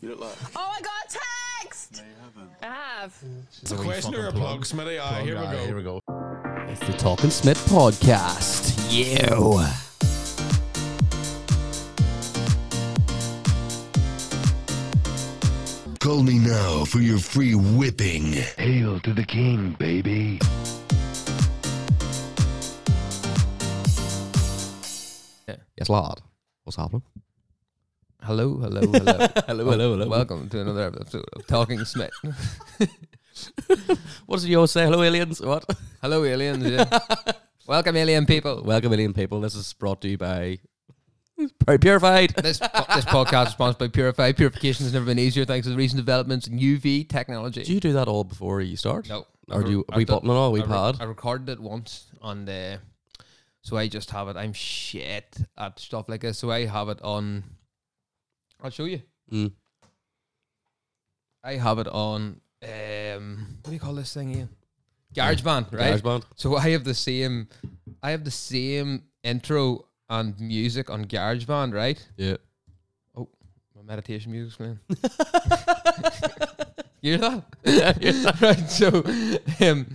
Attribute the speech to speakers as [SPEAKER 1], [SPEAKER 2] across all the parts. [SPEAKER 1] You look like.
[SPEAKER 2] Oh, I got a text.
[SPEAKER 1] No, you haven't.
[SPEAKER 2] I have.
[SPEAKER 3] It's a question or a plug, Smitty. Aye, here we go.
[SPEAKER 4] Here we go.
[SPEAKER 5] It's the Talking Smith podcast. Yeah.
[SPEAKER 6] Call me now for your free whipping.
[SPEAKER 7] Hail to the king, baby.
[SPEAKER 5] Yes, lad. What's happening? Hello, hello, hello.
[SPEAKER 4] Hello, hello, hello.
[SPEAKER 5] Welcome to another episode of Talking Smith. what does you always say? Hello, aliens. What? Hello, aliens. Yeah. Welcome, alien people.
[SPEAKER 4] Welcome, million people. This is brought to you by.
[SPEAKER 5] Very purified. This po- this podcast is sponsored by Purify. Purification has never been easier thanks to the recent developments in UV technology.
[SPEAKER 4] Do you do that all before you start?
[SPEAKER 5] No.
[SPEAKER 4] Or do you
[SPEAKER 5] I've
[SPEAKER 4] we
[SPEAKER 5] done-
[SPEAKER 4] button on all we
[SPEAKER 5] I, re-
[SPEAKER 4] pad?
[SPEAKER 5] I recorded it once on the, so I just have it. I'm shit at stuff like this, so I have it on. I'll show you.
[SPEAKER 4] Mm.
[SPEAKER 5] I have it on. Um, what do you call this thing here? GarageBand, right?
[SPEAKER 4] GarageBand.
[SPEAKER 5] So I have the same, I have the same intro and music on GarageBand, right?
[SPEAKER 4] Yeah.
[SPEAKER 5] My meditation music's playing. you hear that? right. So, um,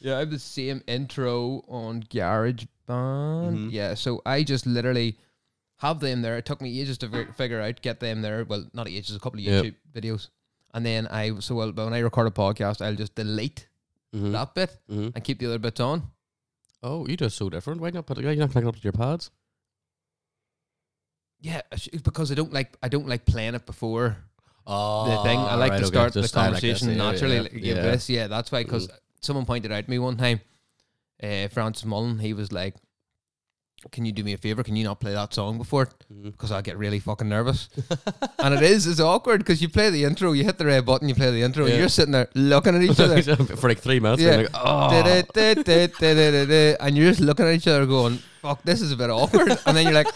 [SPEAKER 5] yeah, I have the same intro on GarageBand. Yeah. So I just literally have them there. It took me ages to fi- figure out get them there. Well, not ages, a couple of
[SPEAKER 4] Yep.
[SPEAKER 5] YouTube videos, and then I so well, but when I record a podcast, I'll just delete
[SPEAKER 4] Mhm.
[SPEAKER 5] that bit
[SPEAKER 4] Mhm.
[SPEAKER 5] and keep the other bits on.
[SPEAKER 4] Oh, you do so different. Why not put? Why not connect up to your pads?
[SPEAKER 5] Yeah, I sh- because I don't like I don't like playing it before.
[SPEAKER 4] Oh,
[SPEAKER 5] the thing. I like to start the conversation naturally. like, Yeah, this, yeah, that's why. Because someone pointed out to me one time, uh, Francis Mullen, he was like, "Can you do me a favor? Can you not play that song before it? Because I get really fucking nervous." and it is it's awkward because you play the intro, you hit the red button, you play the intro,
[SPEAKER 4] Yeah.
[SPEAKER 5] and you're sitting there looking at each other.
[SPEAKER 4] for like three minutes.
[SPEAKER 5] Yeah.
[SPEAKER 4] Yeah. Like, oh,
[SPEAKER 5] Da-da-da-da-da-da-da. And you're just looking at each other going, fuck, this is a bit awkward. And then you're like,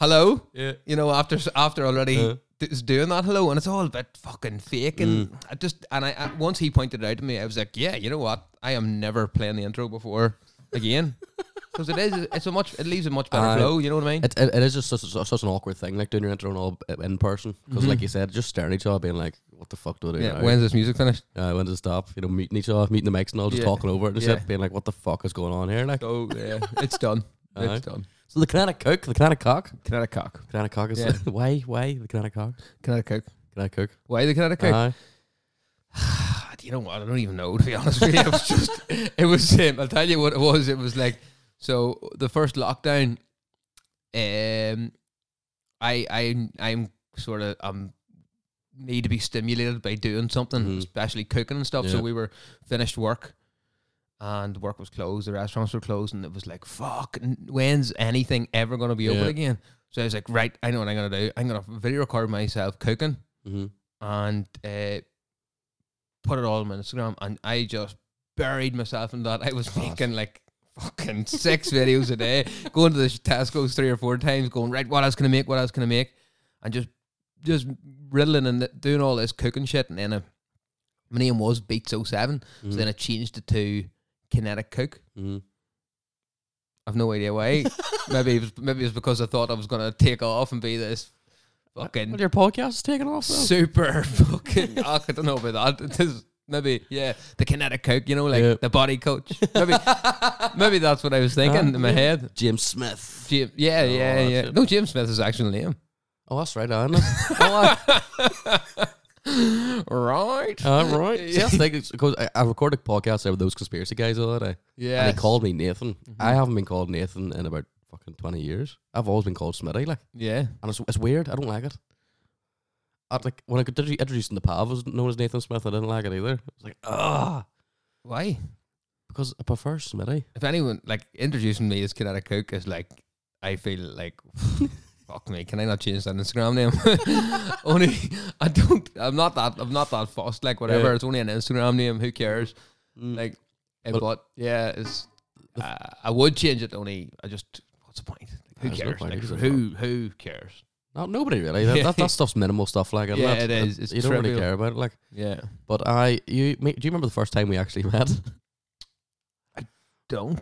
[SPEAKER 5] hello?
[SPEAKER 4] Yeah.
[SPEAKER 5] You know, after after already
[SPEAKER 4] Yeah.
[SPEAKER 5] d- is doing that hello, and it's all a bit fucking fake. And
[SPEAKER 4] Mm.
[SPEAKER 5] I just, and I, I once he pointed it out to me, I was like, yeah, you know what? I am never playing the intro before again. Because it is, it's a much, it leaves a much better
[SPEAKER 4] Aye.
[SPEAKER 5] flow, you know what I mean?
[SPEAKER 4] it, it, it is just such, such, such an awkward thing, like doing your intro and all b- in person, because like you said, just staring at each other, being like, "What the fuck do I do?"
[SPEAKER 5] Yeah,
[SPEAKER 4] now?
[SPEAKER 5] when's this music finished?
[SPEAKER 4] uh, when does it stop? You know, meeting each other, meeting the mics and all, just
[SPEAKER 5] Yeah.
[SPEAKER 4] talking over it and
[SPEAKER 5] Yeah.
[SPEAKER 4] shit, being like, "What the fuck is going on here?" Like,
[SPEAKER 5] Oh, yeah, it's done.
[SPEAKER 4] Aye.
[SPEAKER 5] It's done.
[SPEAKER 4] so the Kinetic Cook, the Kinetic Cock,
[SPEAKER 5] Kinetic cock.
[SPEAKER 4] Kinetic Cock is
[SPEAKER 5] Yeah.
[SPEAKER 4] why, why the Kinetic Cock,
[SPEAKER 5] Kinetic cock.
[SPEAKER 4] Kinetic Cook,
[SPEAKER 5] Why the kinetic cock?
[SPEAKER 4] Aye.
[SPEAKER 5] God, you know what? I don't even know to be honest with you. It was just, it was. Um, I'll tell you what it was. It was like so. The first lockdown, um, I I I'm sort of um need to be stimulated by doing something,
[SPEAKER 4] Mhm.
[SPEAKER 5] especially cooking and stuff. So
[SPEAKER 4] Yeah.
[SPEAKER 5] we were finished work, and work was closed. The restaurants were closed, and it was like, fuck, n- when's anything ever going to be open
[SPEAKER 4] Yeah.
[SPEAKER 5] again? So I was like, right, I know what I'm gonna do. I'm gonna video record myself cooking
[SPEAKER 4] hmm
[SPEAKER 5] and uh, put it all on my Instagram. And I just buried myself in that. I was making like fucking six videos a day, going to the Tesco's three or four times, going right, what else can I make? What else can I make? And just just riddling and doing all this cooking shit. And then uh, my name was Beats 7 so then I changed it to Kinetic Cook.
[SPEAKER 4] hmm
[SPEAKER 5] I've no idea why. maybe it was, maybe it was because I thought I was gonna take off and be this fucking
[SPEAKER 4] Well, your podcast is taking off. Though.
[SPEAKER 5] super fucking. I don't know about that. It is maybe yeah, the kinetic coach. You know, like
[SPEAKER 4] Yeah.
[SPEAKER 5] the body coach. Maybe maybe that's what I was thinking in my head.
[SPEAKER 4] Jim Smith.
[SPEAKER 5] Jim, yeah, yeah,
[SPEAKER 4] Ah, Oh, that's
[SPEAKER 5] yeah.
[SPEAKER 4] it.
[SPEAKER 5] No, Jim Smith is his actual name.
[SPEAKER 4] Oh, that's right, I know. oh,
[SPEAKER 5] Right.
[SPEAKER 4] I, all right. See, that's the thing, it's 'cause I, I recorded a podcast there with those conspiracy guys the other day,
[SPEAKER 5] Yeah.
[SPEAKER 4] and he called me Nathan.
[SPEAKER 5] Mm-hmm.
[SPEAKER 4] I haven't been called Nathan in about fucking twenty years. I've always been called Smitty, like.
[SPEAKER 5] Yeah.
[SPEAKER 4] and it's, it's weird. I don't like it. I like when I got introdu- introduced in the pub, I was known as Nathan Smith. I didn't like it either. It's like ah,
[SPEAKER 5] Why?
[SPEAKER 4] because I prefer Smitty.
[SPEAKER 5] If anyone like introducing me as kinetic cook is like, I feel like. Fuck me! Can I not change that Instagram name? only I don't. I'm not that. I'm not that fussed. Like whatever.
[SPEAKER 4] Yeah.
[SPEAKER 5] It's only an Instagram name. Who cares?
[SPEAKER 4] Like
[SPEAKER 5] Like, eh,
[SPEAKER 4] Well-
[SPEAKER 5] but yeah, it's, uh, I would change it. Only I just what's the point? Like, who
[SPEAKER 4] There's no
[SPEAKER 5] cares?
[SPEAKER 4] point,
[SPEAKER 5] Like,
[SPEAKER 4] is there?
[SPEAKER 5] who who cares?
[SPEAKER 4] not nobody really. That,
[SPEAKER 5] Yeah.
[SPEAKER 4] that, that stuff's minimal stuff. Like and
[SPEAKER 5] Yeah,
[SPEAKER 4] that,
[SPEAKER 5] it is.
[SPEAKER 4] that-
[SPEAKER 5] It's
[SPEAKER 4] you don't really
[SPEAKER 5] trivial.
[SPEAKER 4] care about it. Like,
[SPEAKER 5] Yeah,
[SPEAKER 4] but I you me, do you remember the first time we actually met?
[SPEAKER 5] don't.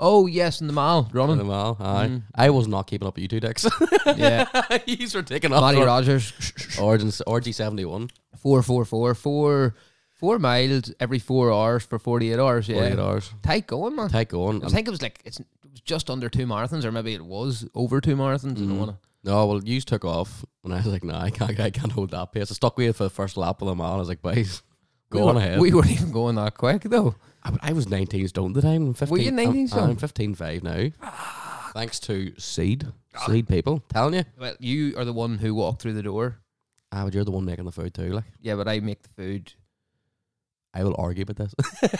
[SPEAKER 5] Oh yes, in the mall running.
[SPEAKER 4] In the mall, aye.
[SPEAKER 5] Mm.
[SPEAKER 4] I was not keeping up with you two dicks.
[SPEAKER 5] yeah,
[SPEAKER 4] These were taking off.
[SPEAKER 5] Matty
[SPEAKER 4] on
[SPEAKER 5] Rogers,
[SPEAKER 4] Origin, RG seventy one.
[SPEAKER 5] four, four, four, four, four miles every four hours for forty-eight hours. Yeah,
[SPEAKER 4] Forty eight hours.
[SPEAKER 5] Tight going, man.
[SPEAKER 4] Take on.
[SPEAKER 5] I think it was like it's it was just under two marathons, or maybe it was over two marathons. I don't wanna.
[SPEAKER 4] No, well, you took off, and I was like, "Nah, I can't, I can't hold that pace." I stuck with you for the first lap of the mile. I was like, "Boys, go
[SPEAKER 5] we
[SPEAKER 4] on
[SPEAKER 5] were-
[SPEAKER 4] ahead."
[SPEAKER 5] We weren't even going that quick though.
[SPEAKER 4] I, I was 19 stone at the time. I'm 15,
[SPEAKER 5] Were you 19
[SPEAKER 4] I'm,
[SPEAKER 5] stone?
[SPEAKER 4] I'm 15 five now. Thanks to seed,
[SPEAKER 5] Ah.
[SPEAKER 4] seed people telling you.
[SPEAKER 5] Well, you are the one who walked through the door.
[SPEAKER 4] Ah, but you're the one making the food too. Like,
[SPEAKER 5] Yeah, but I make the food.
[SPEAKER 4] I will argue about this.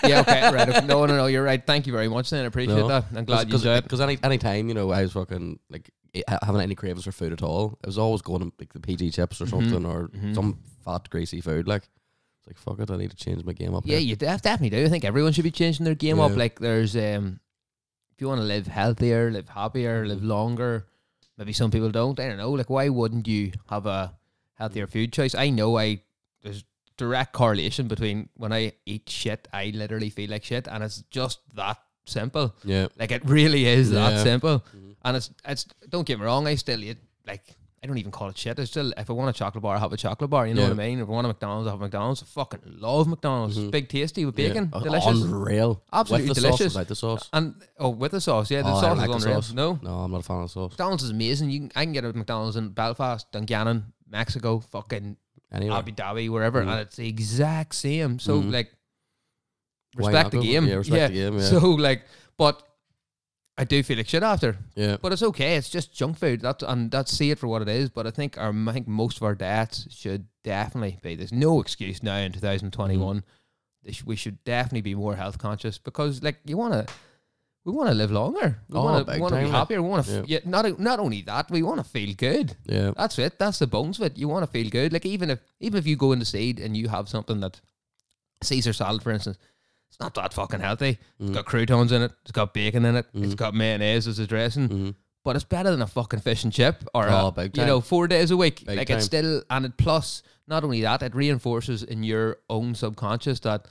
[SPEAKER 5] Yeah, okay, right. Okay. No, no, no. You're right. Thank you very much. Then I appreciate
[SPEAKER 4] No.
[SPEAKER 5] that. I'm glad you did.
[SPEAKER 4] Because any any time you know I was fucking like eh, ha- having any cravings for food at all, it was always going to like the PG chips
[SPEAKER 5] Mm-hmm.
[SPEAKER 4] or something or some fat greasy food. Like, it's like fuck it, I need to change my game up.
[SPEAKER 5] Yeah,
[SPEAKER 4] here.
[SPEAKER 5] you def- definitely do. I think everyone should be changing their game up.
[SPEAKER 4] Yeah.
[SPEAKER 5] Like, there's um, if you want to live healthier, live
[SPEAKER 4] Mm-hmm.
[SPEAKER 5] happier, live longer. Maybe some people don't. I don't know. Like, why wouldn't you have a healthier food choice? I know I there's direct correlation between when I eat shit, I literally feel like shit, and it's just that simple.
[SPEAKER 4] yeah.
[SPEAKER 5] Like it really is that
[SPEAKER 4] Yeah. Mm-hmm.
[SPEAKER 5] simple. And it's it's don't get me wrong, I still eat like I don't even call it shit. I still if I want a chocolate bar, I have a chocolate bar, you know what I mean? If I want a McDonald's, I have a McDonald's. I fucking love McDonald's. It's big tasty with bacon.
[SPEAKER 4] Mm-hmm. Yeah. Uh, Oh,
[SPEAKER 5] Delicious.
[SPEAKER 4] Unreal.
[SPEAKER 5] Absolutely
[SPEAKER 4] With the
[SPEAKER 5] delicious.
[SPEAKER 4] Sauce, like the sauce.
[SPEAKER 5] and oh with the sauce, yeah, the
[SPEAKER 4] Oh, I
[SPEAKER 5] sauce
[SPEAKER 4] like the
[SPEAKER 5] is unreal.
[SPEAKER 4] sauce.
[SPEAKER 5] No?
[SPEAKER 4] No, I'm not a fan of sauce.
[SPEAKER 5] McDonald's is amazing. You can, I can get a McDonald's in Belfast, Dungannon, Mexico, fucking
[SPEAKER 4] Anyway,
[SPEAKER 5] Abu Dhabi, wherever,
[SPEAKER 4] Mm-hmm.
[SPEAKER 5] and it's the exact same. So like,
[SPEAKER 4] Why
[SPEAKER 5] respect
[SPEAKER 4] not
[SPEAKER 5] the
[SPEAKER 4] go-
[SPEAKER 5] game.
[SPEAKER 4] yeah, respect the game, yeah.
[SPEAKER 5] So like, but I do feel like shit after.
[SPEAKER 4] yeah.
[SPEAKER 5] But it's okay. It's just junk food. That's and that's see it for what it is. But I think our I think most of our diets should definitely be. There's no excuse now in 2021. They sh- We should definitely be more health conscious because like you want to. We want to live longer. We
[SPEAKER 4] Oh,
[SPEAKER 5] want to
[SPEAKER 4] big
[SPEAKER 5] want to be
[SPEAKER 4] time, like,
[SPEAKER 5] happier. We want to yeah. not not only that. We want to feel good.
[SPEAKER 4] Yeah.
[SPEAKER 5] That's it. That's the bones of it. You want to feel good. Like even if even if you go into seed and you have something that Caesar salad, for instance, it's not that fucking healthy.
[SPEAKER 4] Mm.
[SPEAKER 5] It's got croutons in it. It's got bacon in it. It's got mayonnaise as a dressing. But it's better than a fucking fish and chip or a-
[SPEAKER 4] Mm-hmm. Oh, big
[SPEAKER 5] you
[SPEAKER 4] time.
[SPEAKER 5] know four days a week.
[SPEAKER 4] Big
[SPEAKER 5] like it's
[SPEAKER 4] time.
[SPEAKER 5] still and it plus not only that it reinforces in your own subconscious that.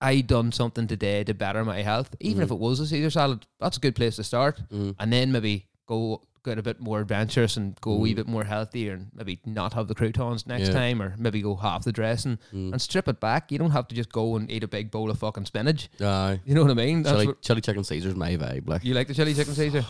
[SPEAKER 5] I done something today to better my health, even
[SPEAKER 4] Mm.
[SPEAKER 5] if it was a Caesar salad. That's a good place to start, and then maybe go get a bit more adventurous and go a wee bit more healthy, and maybe not have the croutons
[SPEAKER 4] Mm.
[SPEAKER 5] next
[SPEAKER 4] Yeah. Mm.
[SPEAKER 5] time, or maybe go half the dressing and strip it back. You don't have to just go and eat a big bowl of fucking spinach.
[SPEAKER 4] Aye.
[SPEAKER 5] You know what I mean? That's
[SPEAKER 4] uh, Chili,
[SPEAKER 5] what,
[SPEAKER 4] chili chicken Caesar's my vibe. Like,
[SPEAKER 5] you like the chili chicken Caesar?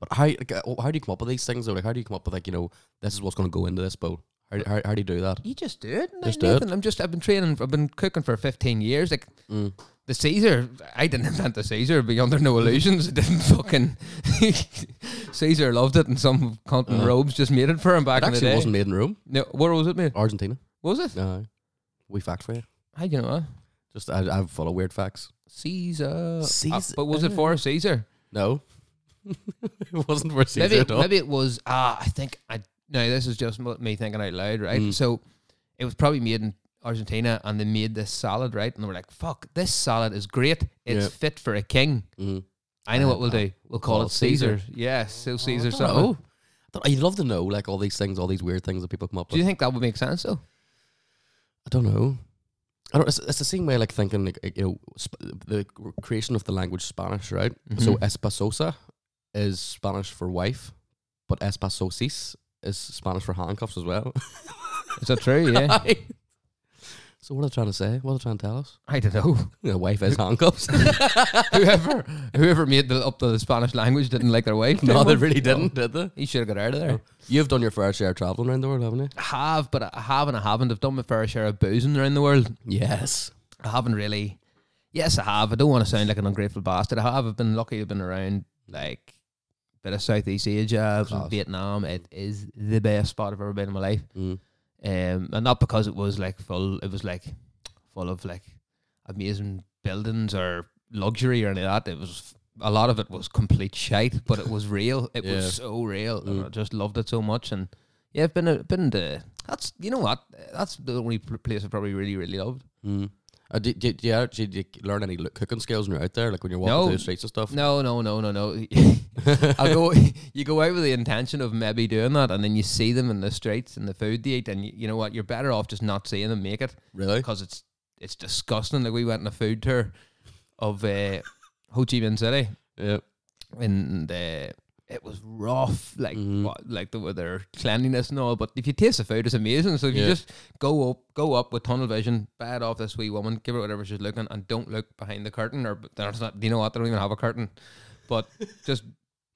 [SPEAKER 4] but how like, uh, how do you come up with these things? Though? Like, how do you come up with like you know this is what's going to go into this bowl? How, do- how, how do you do that?
[SPEAKER 5] You just do it.
[SPEAKER 4] Just do it.
[SPEAKER 5] Nathan. I'm just. I've been training. I've been cooking for 15 years. Like
[SPEAKER 4] Mm.
[SPEAKER 5] the Caesar. I didn't invent the Caesar. Be under no illusions. I didn't fucking. Caesar loved it, and some cunt in robes just made it for him back
[SPEAKER 4] Uh-huh. It
[SPEAKER 5] in
[SPEAKER 4] actually
[SPEAKER 5] the day.
[SPEAKER 4] wasn't made in Rome,
[SPEAKER 5] no, where was it, mate?
[SPEAKER 4] Argentina.
[SPEAKER 5] Was it?
[SPEAKER 4] No, we fact for you.
[SPEAKER 5] I don't know.
[SPEAKER 4] Just I, I follow weird facts.
[SPEAKER 5] Caesar.
[SPEAKER 4] Caesar.
[SPEAKER 5] but was it for Caesar?
[SPEAKER 4] No, it wasn't for Caesar
[SPEAKER 5] Maybe.
[SPEAKER 4] at all.
[SPEAKER 5] Maybe it was. Ah, I think I. No, this is just mo- me thinking out loud, right?
[SPEAKER 4] Mm.
[SPEAKER 5] So, it was probably made in Argentina, and they made this salad, right? And they were like, "Fuck, this salad is great. It's
[SPEAKER 4] Yeah.
[SPEAKER 5] fit for a king."
[SPEAKER 4] Mm.
[SPEAKER 5] I know what we'll do. We'll call, it Caesar. Yes, so Caesar salad.
[SPEAKER 4] Oh, I'd love to know like all these things, all these weird things that people come up
[SPEAKER 5] Do
[SPEAKER 4] with.
[SPEAKER 5] you think that would make sense though?
[SPEAKER 4] I don't know. I don't. It's, it's the same way, like thinking, like, like, you know, sp- the creation of the language Spanish, right? So
[SPEAKER 5] Mm-hmm.
[SPEAKER 4] espasosa is Spanish for wife, but espasosis is Spanish for handcuffs as well.
[SPEAKER 5] Is that true? Yeah.
[SPEAKER 4] so what are they trying to say? What are they trying to tell us?
[SPEAKER 5] I don't know.
[SPEAKER 4] The wife is handcuffs.
[SPEAKER 5] whoever whoever made the, up the Spanish language didn't like their wife.
[SPEAKER 4] no,
[SPEAKER 5] did
[SPEAKER 4] they
[SPEAKER 5] they?
[SPEAKER 4] really didn't, Oh. did they?
[SPEAKER 5] He should have got out of there.
[SPEAKER 4] You've done your fair share of traveling around the world, haven't you?
[SPEAKER 5] I have, but I have and I haven't. I've done my fair share of boozing around the world.
[SPEAKER 4] Yes.
[SPEAKER 5] I haven't really. Yes, I have. I don't want to sound like an ungrateful bastard. I have. I've been lucky. I've been around like a bit of Southeast Asia, I was in
[SPEAKER 4] Class.
[SPEAKER 5] Vietnam. It is the best spot I've ever been in my life.
[SPEAKER 4] Mm.
[SPEAKER 5] Um, and not because it was like full. It was like full of like amazing buildings or luxury or any of that. It was a lot of it was complete shite, but it was real. It
[SPEAKER 4] Yeah. Mm.
[SPEAKER 5] was so real, and I just loved it so much. And yeah, I've been been to. That's you know what. That's the only pl- place I probably really really loved.
[SPEAKER 4] Mm. Uh, did, did, you actually did you learn any lo- cooking skills when you're out there, like when you're walking
[SPEAKER 5] No.
[SPEAKER 4] through the streets and stuff?
[SPEAKER 5] No, no, no, no, no. I go. You go out with the intention of maybe doing that, and then you see them in the streets and the food they eat, and you, you know what? You're better off just not seeing them make it
[SPEAKER 4] Really?
[SPEAKER 5] because it's it's disgusting. Like we went on a food tour of uh, Ho Chi Minh City,
[SPEAKER 4] Yeah.
[SPEAKER 5] and uh, it was rough, like
[SPEAKER 4] Mhm.
[SPEAKER 5] what, like the, with their cleanliness and all. But if you taste the food, it's amazing. So if
[SPEAKER 4] Yeah.
[SPEAKER 5] you just go up, go up with tunnel vision, bad off this wee woman, give her whatever she's looking, and don't look behind the curtain or there's not. You know what? They don't even have a curtain, but just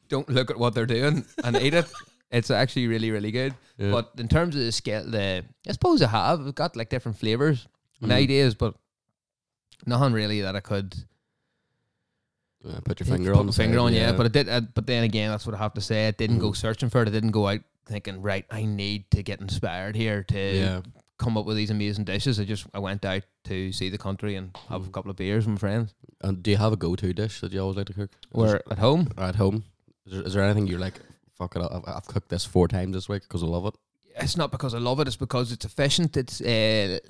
[SPEAKER 5] don't look at what they're doing and eat it. It's actually really, really good.
[SPEAKER 4] Yeah.
[SPEAKER 5] But in terms of the scale, the I suppose I have I've got like different flavors
[SPEAKER 4] Mm-hmm.
[SPEAKER 5] and ideas, but nothing really that I could
[SPEAKER 4] Yeah, put your
[SPEAKER 5] take-
[SPEAKER 4] finger
[SPEAKER 5] put
[SPEAKER 4] on
[SPEAKER 5] my
[SPEAKER 4] the
[SPEAKER 5] finger
[SPEAKER 4] side,
[SPEAKER 5] on. Yeah. but I did. I, but then again, that's what I have to say. I didn't
[SPEAKER 4] Mm.
[SPEAKER 5] go searching for it. I didn't go out thinking, right, I need to get inspired here to
[SPEAKER 4] yeah,
[SPEAKER 5] come up with these amazing dishes. I just I went out to see the country and have
[SPEAKER 4] Mm.
[SPEAKER 5] a couple of beers with my friends.
[SPEAKER 4] and do you have a go-to dish that you always like to cook?
[SPEAKER 5] We're at home.
[SPEAKER 4] at home. Is there, is there anything you're like, fuck it, I've, I've cooked this four times this week because I love it?
[SPEAKER 5] It's not because I love it. It's because it's efficient. It's uh,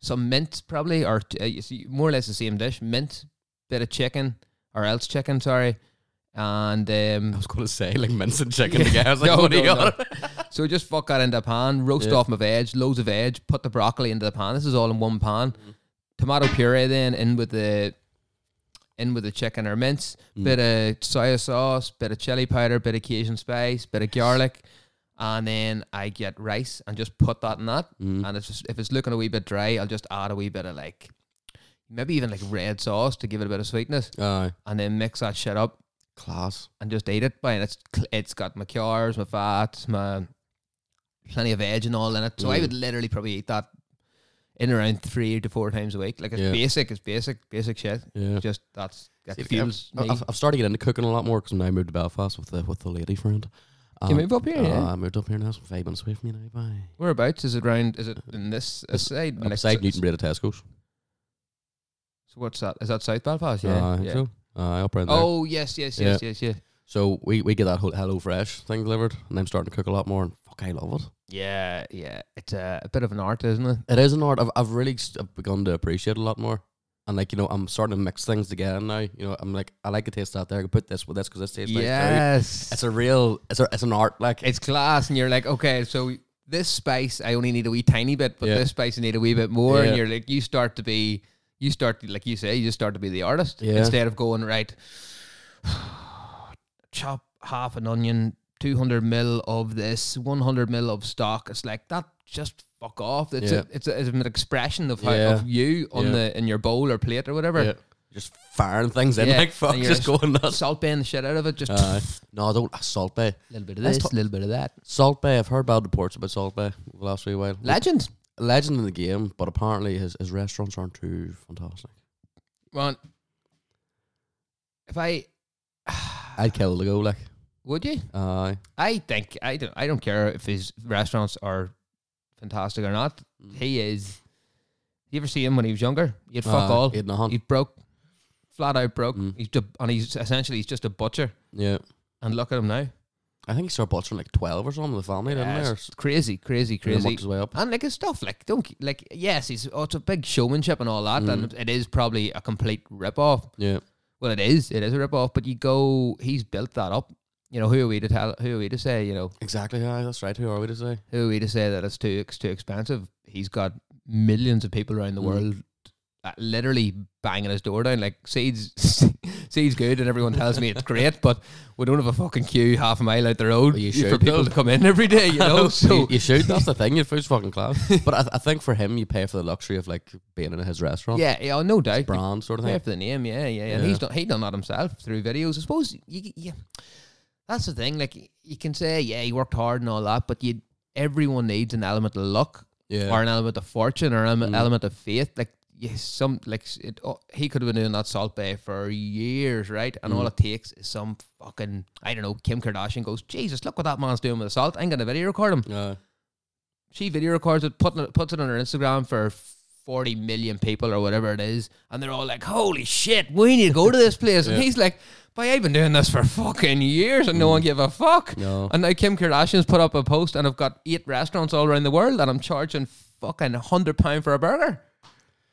[SPEAKER 5] some mint probably, or uh, you see, more or less the same dish: mint, bit of chicken, or else chicken. Sorry, and um,
[SPEAKER 4] I was going to say like mince and chicken together. I was like,
[SPEAKER 5] No,
[SPEAKER 4] what
[SPEAKER 5] no,
[SPEAKER 4] are you
[SPEAKER 5] no.
[SPEAKER 4] on?
[SPEAKER 5] So just fuck that into a pan, roast
[SPEAKER 4] Yeah.
[SPEAKER 5] off my veg, loads of veg, put the broccoli into the pan. This is all in one pan. Tomato puree then in with the in with the chicken or mince, bit of soy sauce, bit of chili powder, bit of Cajun spice, bit of garlic, and then I get rice and just put that in that. And it's just, if it's looking a wee bit dry, I'll just add a wee bit of like maybe even like red sauce to give it a bit of sweetness,
[SPEAKER 4] Aye,
[SPEAKER 5] and then mix that shit up
[SPEAKER 4] class.
[SPEAKER 5] and just eat it. By and it's cl- it's got my cars, my fats, my plenty of veg and all in it. So I would
[SPEAKER 4] Mm.
[SPEAKER 5] literally probably eat that in around three to four times a week. Like it's
[SPEAKER 4] Yeah.
[SPEAKER 5] basic, it's basic, basic shit.
[SPEAKER 4] Yeah.
[SPEAKER 5] Just that's that
[SPEAKER 4] See,
[SPEAKER 5] fuels
[SPEAKER 4] I've,
[SPEAKER 5] me.
[SPEAKER 4] I've- I've started getting into cooking a lot more because now I moved to Belfast with the with the lady friend.
[SPEAKER 5] you
[SPEAKER 4] Um,
[SPEAKER 5] move up here?
[SPEAKER 4] uh,
[SPEAKER 5] yeah.
[SPEAKER 4] I moved up here now. It's five minutes away from you now. Bye.
[SPEAKER 5] Whereabouts is it? Round? Is it in this this side? Next-
[SPEAKER 4] Upside Newton Breda Tesco's.
[SPEAKER 5] So what's that? Is that South Belfast?
[SPEAKER 4] Yeah,
[SPEAKER 5] Yeah.
[SPEAKER 4] Uh, I think
[SPEAKER 5] yeah.
[SPEAKER 4] so. Aye, up around there.
[SPEAKER 5] Oh yes, yes, yes, yes, yes.
[SPEAKER 4] So we, we get that whole Hello Fresh thing delivered, and I'm starting to cook a lot more. And fuck, I love it.
[SPEAKER 5] Yeah, yeah. It's a, a bit of an art, isn't it?
[SPEAKER 4] It is an art. I've, I've really s- I've begun to appreciate it a lot more. And like you know, I'm starting to mix things together now. You know, I'm like, I like to taste out there. I can put this with this because this tastes nice. too.
[SPEAKER 5] yes.
[SPEAKER 4] It's a real. It's a, It's an art. Like
[SPEAKER 5] it's class, and you're like, okay, so this spice I only need a wee tiny bit, but
[SPEAKER 4] Yeah.
[SPEAKER 5] this spice I need a wee bit more,
[SPEAKER 4] Yeah.
[SPEAKER 5] and you're like, you start to be, you start to, like you say, you just start to be the artist
[SPEAKER 4] Yeah.
[SPEAKER 5] instead of going right. Chop half an onion, two hundred mil of this, one hundred mil of stock. It's like that. Just fuck off. It's
[SPEAKER 4] Yeah.
[SPEAKER 5] a, it's, a, it's an expression of how,
[SPEAKER 4] Yeah.
[SPEAKER 5] of you on
[SPEAKER 4] Yeah.
[SPEAKER 5] the in your bowl or plate or whatever.
[SPEAKER 4] yeah. just firing things in.
[SPEAKER 5] Yeah,
[SPEAKER 4] Like fuck,
[SPEAKER 5] and you're
[SPEAKER 4] just
[SPEAKER 5] just-
[SPEAKER 4] going nuts.
[SPEAKER 5] Salt bay and the shit out of it. Just
[SPEAKER 4] Aye. no, I don't uh, salt bay.
[SPEAKER 5] little bit of
[SPEAKER 4] Let's
[SPEAKER 5] this,
[SPEAKER 4] talk-
[SPEAKER 5] little bit of that.
[SPEAKER 4] Salt bay. I've heard bad reports about salt bay over the last wee while.
[SPEAKER 5] Legend.
[SPEAKER 4] A legend in the game, but apparently his, his restaurants aren't too fantastic.
[SPEAKER 5] Ron, if I
[SPEAKER 4] I'd kill to go like.
[SPEAKER 5] would you,
[SPEAKER 4] Aye.
[SPEAKER 5] I think I don't. I don't care if his restaurants are fantastic or not.
[SPEAKER 4] Mm.
[SPEAKER 5] He is. You ever see him when he was younger? He'd fuck
[SPEAKER 4] Aye,
[SPEAKER 5] all.
[SPEAKER 4] Uh, he'd nothing.
[SPEAKER 5] He's broke, flat out broke.
[SPEAKER 4] Mm.
[SPEAKER 5] He's ju- and he's essentially he's just a butcher.
[SPEAKER 4] yeah.
[SPEAKER 5] And look at him now.
[SPEAKER 4] I think he started butchering like twelve or something. The family didn't
[SPEAKER 5] Yeah,
[SPEAKER 4] they? Or
[SPEAKER 5] it's crazy, crazy,
[SPEAKER 4] and then worked
[SPEAKER 5] crazy.
[SPEAKER 4] his way up.
[SPEAKER 5] And like his stuff, like don't ke- like yes, he's oh, it's a big showmanship and all that,
[SPEAKER 4] Mm.
[SPEAKER 5] and it is probably a complete rip off.
[SPEAKER 4] Yeah.
[SPEAKER 5] Well, it is. It is a rip off. But you go. He's built that up. You know, who are we to tell? Who are we to say? You know,
[SPEAKER 4] Exactly. Aye, that's right. Who are we to say?
[SPEAKER 5] who are we to say that it's too it's too expensive? He's got millions of people around the
[SPEAKER 4] Mm.
[SPEAKER 5] world, uh, literally banging his door down. Like seeds, seeds good, and everyone tells me it's great, but we don't have a fucking queue half a mile out the road
[SPEAKER 4] Well, you
[SPEAKER 5] for
[SPEAKER 4] should,
[SPEAKER 5] people
[SPEAKER 4] though.
[SPEAKER 5] to come in every day. You know,
[SPEAKER 4] you,
[SPEAKER 5] so
[SPEAKER 4] you should. That's the thing. Your food's fucking class. But I, I think for him, you pay for the luxury of like being in his restaurant.
[SPEAKER 5] yeah, yeah, no doubt.
[SPEAKER 4] Brand sort of
[SPEAKER 5] Fair
[SPEAKER 4] thing.
[SPEAKER 5] for the name, yeah, yeah, yeah. And
[SPEAKER 4] Yeah.
[SPEAKER 5] he's done, he done that himself through videos. I suppose you, you, that's the thing. Like you can say, yeah, he worked hard and all that, but you everyone needs an element of luck
[SPEAKER 4] Yeah. Mm.
[SPEAKER 5] or an element of fortune or an element of faith. Like yes, some like it, oh, he could have been doing that salt bay for years, right? And
[SPEAKER 4] Mm.
[SPEAKER 5] all it takes is some fucking I don't know. Kim Kardashian goes, Jesus, look what that man's doing with the salt. I'm gonna video record him
[SPEAKER 4] Yeah.
[SPEAKER 5] she video records it, putting it, puts it on her Instagram for 40 million people or whatever it is, and they're all like, holy shit, we need to go to this place. And he's like, "Boy, I've been doing this for fucking years and no one give a fuck.
[SPEAKER 4] No.
[SPEAKER 5] And now Kim Kardashian's put up a post and I've got eight restaurants all around the world and I'm charging fucking £100 for a burger.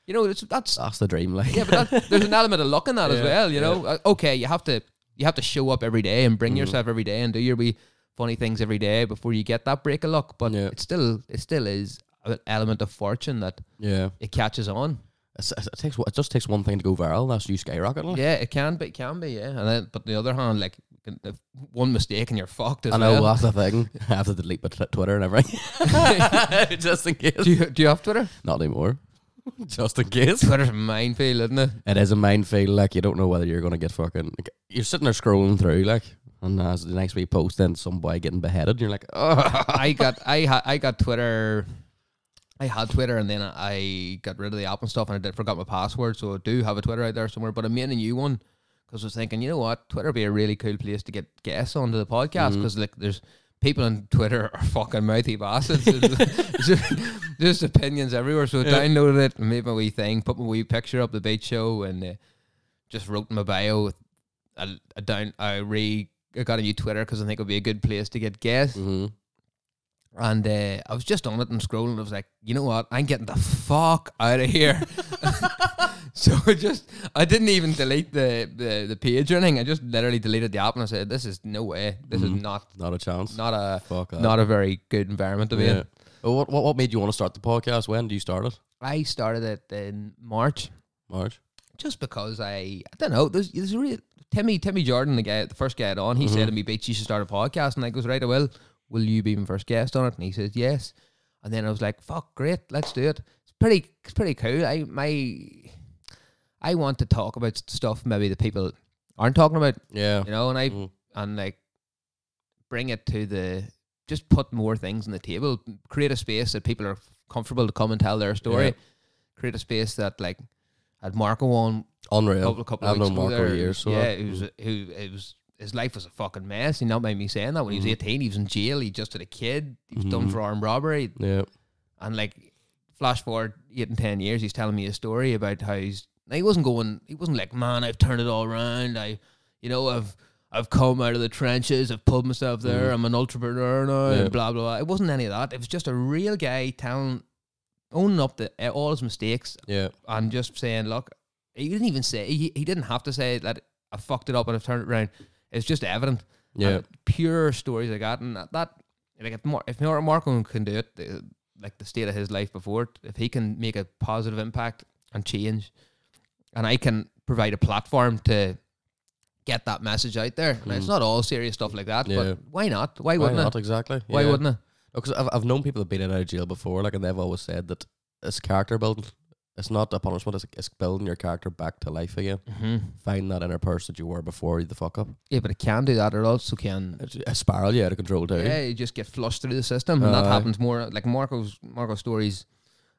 [SPEAKER 5] You know, it's, that's
[SPEAKER 4] That's the dream. Like,
[SPEAKER 5] yeah, but that, there's an element of luck in that as
[SPEAKER 4] Yeah, Mm.
[SPEAKER 5] well. You know, Uh, okay, you have to you have to show up every day and bring yourself every day and do your wee funny things every day before you get that break of luck. But
[SPEAKER 4] Yeah.
[SPEAKER 5] it's still it still is an element of fortune that
[SPEAKER 4] yeah.
[SPEAKER 5] it catches on.
[SPEAKER 4] It's, it takes it just takes one thing to go viral. That's you skyrocketing.
[SPEAKER 5] Yeah, it can be, it can be, yeah. And then, but on the other hand, like can- if one mistake and you're fucked. As
[SPEAKER 4] I know
[SPEAKER 5] well.
[SPEAKER 4] that's the thing. I have to delete my t- Twitter and everything, just in case.
[SPEAKER 5] Do you do you have Twitter?
[SPEAKER 4] Not anymore. Just in case.
[SPEAKER 5] Twitter's a minefield, isn't it?
[SPEAKER 4] It is a minefield. Like you don't know whether you're gonna get fucking. Like, you're sitting there scrolling through, like, and as the next wee post, then some boy getting beheaded. You're like, oh,
[SPEAKER 5] I got I ha- I got Twitter. I had Twitter and then I got rid of the app and stuff and I did, forgot my password. So I do have a Twitter out there somewhere, but I'm making a new one because I was thinking, you know what, Twitter would be a really cool place to get guests onto the podcast because like there's people on Twitter are fucking mouthy bastards. There's just, just opinions everywhere. So I downloaded it, and made my wee thing, put my wee picture up the beach show, and uh, just wrote my bio with a, a down. I re I got a new Twitter because I think it would be a good place to get guests.
[SPEAKER 4] Mhm.
[SPEAKER 5] And uh, I was just on it and scrolling. I was like, you know what? I'm getting the fuck out of here. so I just, I didn't even delete the, the, the page or anything. I just literally deleted the app and I said, this is no way. This is not
[SPEAKER 4] not a chance.
[SPEAKER 5] not a
[SPEAKER 4] Mm-hmm. Fuck that.
[SPEAKER 5] not a very good environment to be
[SPEAKER 4] yeah.
[SPEAKER 5] in.
[SPEAKER 4] Well, What, what what made you want to start the podcast? When do you start it?
[SPEAKER 5] I started it in March
[SPEAKER 4] March.
[SPEAKER 5] just because I I don't know. There's there's a real Timmy Timmy Jordan, the guy, the first guy on. He
[SPEAKER 4] Mm-hmm.
[SPEAKER 5] said to me, "Beach, you should start a podcast." And I goes, "Right, I will. Will you be my first guest on it?" And he says, "Yes." And then I was like, "Fuck, great, let's do it." It's pretty it's pretty cool. I my I want to talk about stuff maybe that people aren't talking about
[SPEAKER 4] Yeah.
[SPEAKER 5] you know, and I
[SPEAKER 4] Mm.
[SPEAKER 5] and like bring it to the just put more things on the table, create a space that people are comfortable to come and tell their story,
[SPEAKER 4] Yeah.
[SPEAKER 5] create a space that like had Marco on a
[SPEAKER 4] Unreal.
[SPEAKER 5] couple, couple
[SPEAKER 4] I've
[SPEAKER 5] of weeks
[SPEAKER 4] known
[SPEAKER 5] ago
[SPEAKER 4] Marco
[SPEAKER 5] there,
[SPEAKER 4] years. So hmm.
[SPEAKER 5] yeah, who was who it was. His life was a fucking mess. He not made me saying that when
[SPEAKER 4] Mm-hmm.
[SPEAKER 5] he was eighteen, he was in jail. He just had a kid. He was done for armed robbery.
[SPEAKER 4] yeah.
[SPEAKER 5] And like, flash forward eight and ten years, he's telling me a story about how he's. Now he wasn't going. He wasn't like, man, I've turned it all around. I, you know, I've I've come out of the trenches. I've pulled myself there. I'm an entrepreneur now.
[SPEAKER 4] Mm-hmm. Yeah.
[SPEAKER 5] And blah blah blah. It wasn't any of that. It was just a real guy telling, owning up to uh, all his mistakes
[SPEAKER 4] Yeah.
[SPEAKER 5] and just saying, look, he didn't even say. He, he didn't have to say that I fucked it up and I've turned it around. It's just evident.
[SPEAKER 4] Yeah.
[SPEAKER 5] And pure stories I got, and that, that like if, Mar- if Mar- Marco can do it, uh, like the state of his life before, it, if he can make a positive impact and change, and I can provide a platform to get that message out there. Now, it's not all serious stuff like that,
[SPEAKER 4] Mm. Yeah.
[SPEAKER 5] but why not? Why,
[SPEAKER 4] Why
[SPEAKER 5] wouldn't
[SPEAKER 4] not
[SPEAKER 5] it?
[SPEAKER 4] exactly?
[SPEAKER 5] Why
[SPEAKER 4] Yeah.
[SPEAKER 5] wouldn't it?
[SPEAKER 4] Because I've, I've known people that've been in and out of jail before, like, and they've always said that it's character building. It's not a punishment. It's, it's building your character back to life again.
[SPEAKER 5] Mm-hmm.
[SPEAKER 4] Find that inner person that you were before the fuck up.
[SPEAKER 5] Yeah, but it can do that. It also can
[SPEAKER 4] It's a spiral you out of control too.
[SPEAKER 5] Yeah, you just get flushed through the system, and that
[SPEAKER 4] Aye.
[SPEAKER 5] happens more. Like Marco's Marco's stories,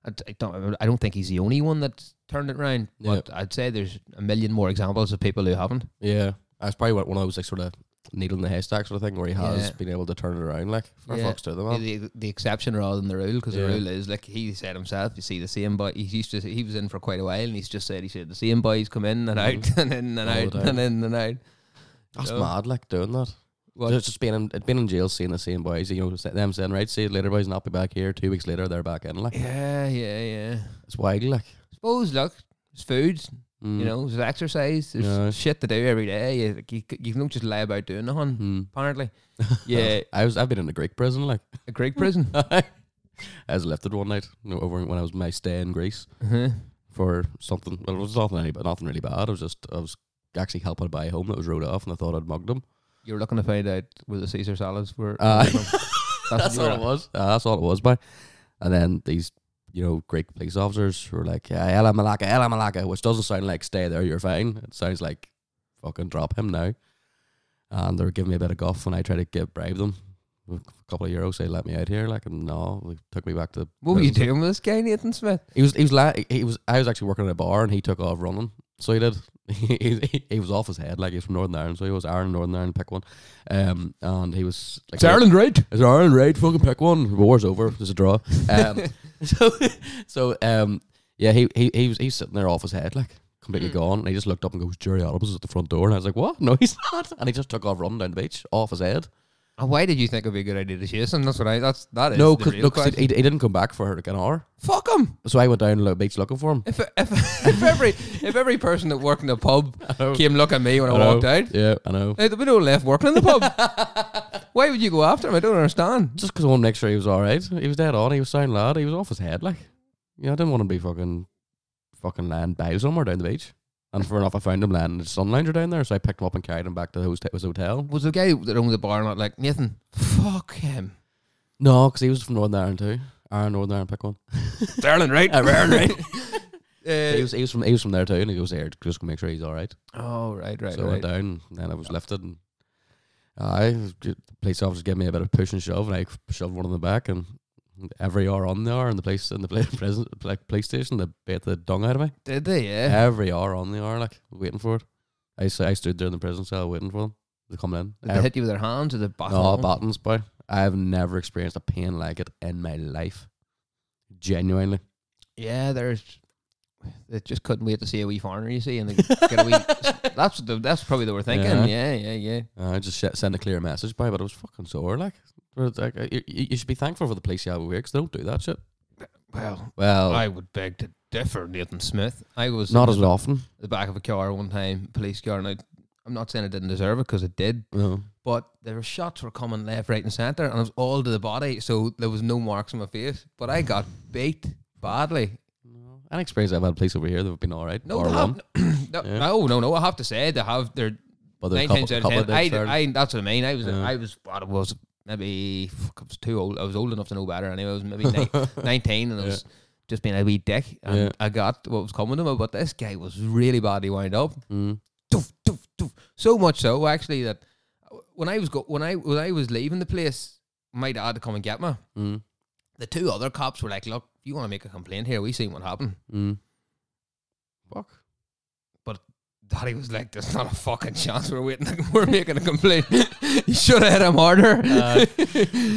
[SPEAKER 5] I, d- I don't I don't think he's the only one that's turned it round.
[SPEAKER 4] Yeah.
[SPEAKER 5] But I'd say there's a million more examples of people who haven't.
[SPEAKER 4] Yeah. That's probably what- when I was like sort of needle in the haystack sort of thing, where he has
[SPEAKER 5] Yeah.
[SPEAKER 4] been able to turn it around. Like, for
[SPEAKER 5] Yeah.
[SPEAKER 4] fucks to them, man.
[SPEAKER 5] The, the exception rather than the rule, because
[SPEAKER 4] Yeah.
[SPEAKER 5] the rule is like he said himself. You see the same boy. He used to he was in for quite a while, and he's just said he said the same boys come in and out and in and
[SPEAKER 4] All the
[SPEAKER 5] out
[SPEAKER 4] time.
[SPEAKER 5] and in and out.
[SPEAKER 4] That's
[SPEAKER 5] No.
[SPEAKER 4] mad, like doing that.
[SPEAKER 5] What?
[SPEAKER 4] Just, just being in, being in jail, seeing the same boys, you know, sa- them saying, right, see you later, boys, and I'll be back here. Two weeks later, they're back in. Like,
[SPEAKER 5] Yeah, yeah, yeah.
[SPEAKER 4] it's wild, like.
[SPEAKER 5] Suppose look, it's food.
[SPEAKER 4] Mm.
[SPEAKER 5] You know, there's exercise. There's
[SPEAKER 4] Yeah.
[SPEAKER 5] shit to do every day. You, you, you don't just lie about doing nothing.
[SPEAKER 4] Mm.
[SPEAKER 5] Apparently, yeah,
[SPEAKER 4] I was, I've been in a Greek prison, like.
[SPEAKER 5] a Greek prison.
[SPEAKER 4] I was lifted one night you know, over when I was my stay in Greece
[SPEAKER 5] uh-huh.
[SPEAKER 4] for something. Well, it was nothing, any, nothing really bad. I was just I was actually helping a buy home that was rode off, and I thought I'd mugged him.
[SPEAKER 5] You were looking to find out where the Caesar salads were.
[SPEAKER 4] Aye.
[SPEAKER 5] what
[SPEAKER 4] that's
[SPEAKER 5] you
[SPEAKER 4] all
[SPEAKER 5] were
[SPEAKER 4] it
[SPEAKER 5] at.
[SPEAKER 4] was. Uh, that's all it was, by. And then these, you know, Greek police officers were like, yeah, "Ella Malaka, Ella Malaka," which doesn't sound like "stay there, you're fine." It sounds like "fucking drop him now." And they were giving me a bit of guff when I tried to get bribe them. A couple of euros, say, "Let me out here," like, and no, they took me back to.
[SPEAKER 5] What were you
[SPEAKER 4] prison.
[SPEAKER 5] doing with this guy, Nathan Smith?
[SPEAKER 4] He was he was la- he was I was actually working at a bar and he took off running. So he did. He, he, he was off his head like he's from Northern Ireland, so he was Ireland, Northern Ireland, pick one. Um, and he was like,
[SPEAKER 5] right?
[SPEAKER 4] Is Ireland right? Fucking pick one. War's over. There's a draw. Um, so so um, yeah, he he he was he's sitting there off his head like completely
[SPEAKER 5] Hmm.
[SPEAKER 4] gone, and he just looked up and goes, Jerry Adams is at the front door, and I was like, what? No, he's not. And he just took off running down the beach off his head.
[SPEAKER 5] And Oh, why did you think it'd be a good idea to chase him? That's what I. That's that is.
[SPEAKER 4] No,
[SPEAKER 5] the
[SPEAKER 4] because
[SPEAKER 5] real
[SPEAKER 4] no, 'cause
[SPEAKER 5] question.
[SPEAKER 4] he, he, he didn't come back for like an hour.
[SPEAKER 5] fuck him.
[SPEAKER 4] So I went down the beach looking for him.
[SPEAKER 5] If, if, if every if every person that worked in the pub
[SPEAKER 4] know.
[SPEAKER 5] came look at me when I, walked
[SPEAKER 4] know.
[SPEAKER 5] out,
[SPEAKER 4] Yeah, I know.
[SPEAKER 5] now there'd be no left working in the pub. why would you go after him? I don't understand.
[SPEAKER 4] Just 'cause I want to make sure he was all right. He was dead on. He was sound lad. He was off his head. Like, yeah, I didn't want him to be fucking fucking laying by somewhere down the beach. And sure enough, I found him laying in the sun lounger down there. So I picked him up and carried him back to the host- his hotel.
[SPEAKER 5] Was the guy that owned the bar not like Nathan? Fuck him,
[SPEAKER 4] No, because he was from Northern Ireland too. Ireland, Northern Ireland, pick one.
[SPEAKER 5] darling, right?
[SPEAKER 4] Ireland, right? he
[SPEAKER 5] Uh,
[SPEAKER 4] was he was from he was from there too, and he goes there just to make sure he's all right.
[SPEAKER 5] oh, right, right,
[SPEAKER 4] so I
[SPEAKER 5] right.
[SPEAKER 4] went down, and then I was lifted, and I the police officers gave me a bit of push and shove, and I shoved one in the back, and every hour on the hour in the police in the pla- prison like police station, they bit the dung out of me.
[SPEAKER 5] Did they? Yeah.
[SPEAKER 4] Every hour on the hour, like waiting for it. I s- I stood there in the prison cell waiting for them to come in.
[SPEAKER 5] Did they hit you with their hands or the bottle?
[SPEAKER 4] No, buttons, boy. I have never experienced a pain like it in my life. Genuinely.
[SPEAKER 5] Yeah, there's. They just couldn't wait to see a wee foreigner, you see, and they get a wee. that's the, that's probably what they were thinking.
[SPEAKER 4] Yeah.
[SPEAKER 5] Yeah, yeah, yeah.
[SPEAKER 4] Uh, I just sh- sent a clear message, boy, but it was fucking sore. Like, It was like, uh, you, you you should be thankful for the police you have over here 'cause they don't do that shit.
[SPEAKER 5] Well,
[SPEAKER 4] Well,
[SPEAKER 5] I would beg to differ, Nathan Smith. I was
[SPEAKER 4] not
[SPEAKER 5] in
[SPEAKER 4] as often.
[SPEAKER 5] the back of a car one time, police car, and I, I'm not saying I didn't deserve it because it did,
[SPEAKER 4] No.
[SPEAKER 5] but there were shots were coming left, right, and center, and it was all to the body, so there was no marks on my face. But I got beat badly.
[SPEAKER 4] Any experience I've had police over here, they've been all right.
[SPEAKER 5] No,
[SPEAKER 4] or
[SPEAKER 5] they
[SPEAKER 4] one,
[SPEAKER 5] have, no,
[SPEAKER 4] Yeah.
[SPEAKER 5] no, no, no. I have to say they have their
[SPEAKER 4] but there's a
[SPEAKER 5] nine
[SPEAKER 4] couple,
[SPEAKER 5] times out of
[SPEAKER 4] couple of
[SPEAKER 5] ten. I,
[SPEAKER 4] days
[SPEAKER 5] d-
[SPEAKER 4] there.
[SPEAKER 5] I, that's what I mean. I was,
[SPEAKER 4] Yeah.
[SPEAKER 5] I was, what it was maybe fuck, I was too old. I was old enough to know better. Anyway, I was maybe nine, nineteen, and I
[SPEAKER 4] Yeah.
[SPEAKER 5] was just being a wee dick. And
[SPEAKER 4] Yeah.
[SPEAKER 5] I got what was coming to me, but this guy was really badly wound up.
[SPEAKER 4] Mm.
[SPEAKER 5] Doof, doof, doof. So much so actually that when I was go, when I when I was leaving the place, my dad had to come and get me.
[SPEAKER 4] Mm.
[SPEAKER 5] The two other cops were like, "Look, if you want to make a complaint here? We seen what happened."
[SPEAKER 4] Mm. Fuck.
[SPEAKER 5] Daddy was like, "There's not a fucking chance we're waiting. We're making a complaint. you should have hit him harder."
[SPEAKER 4] Uh,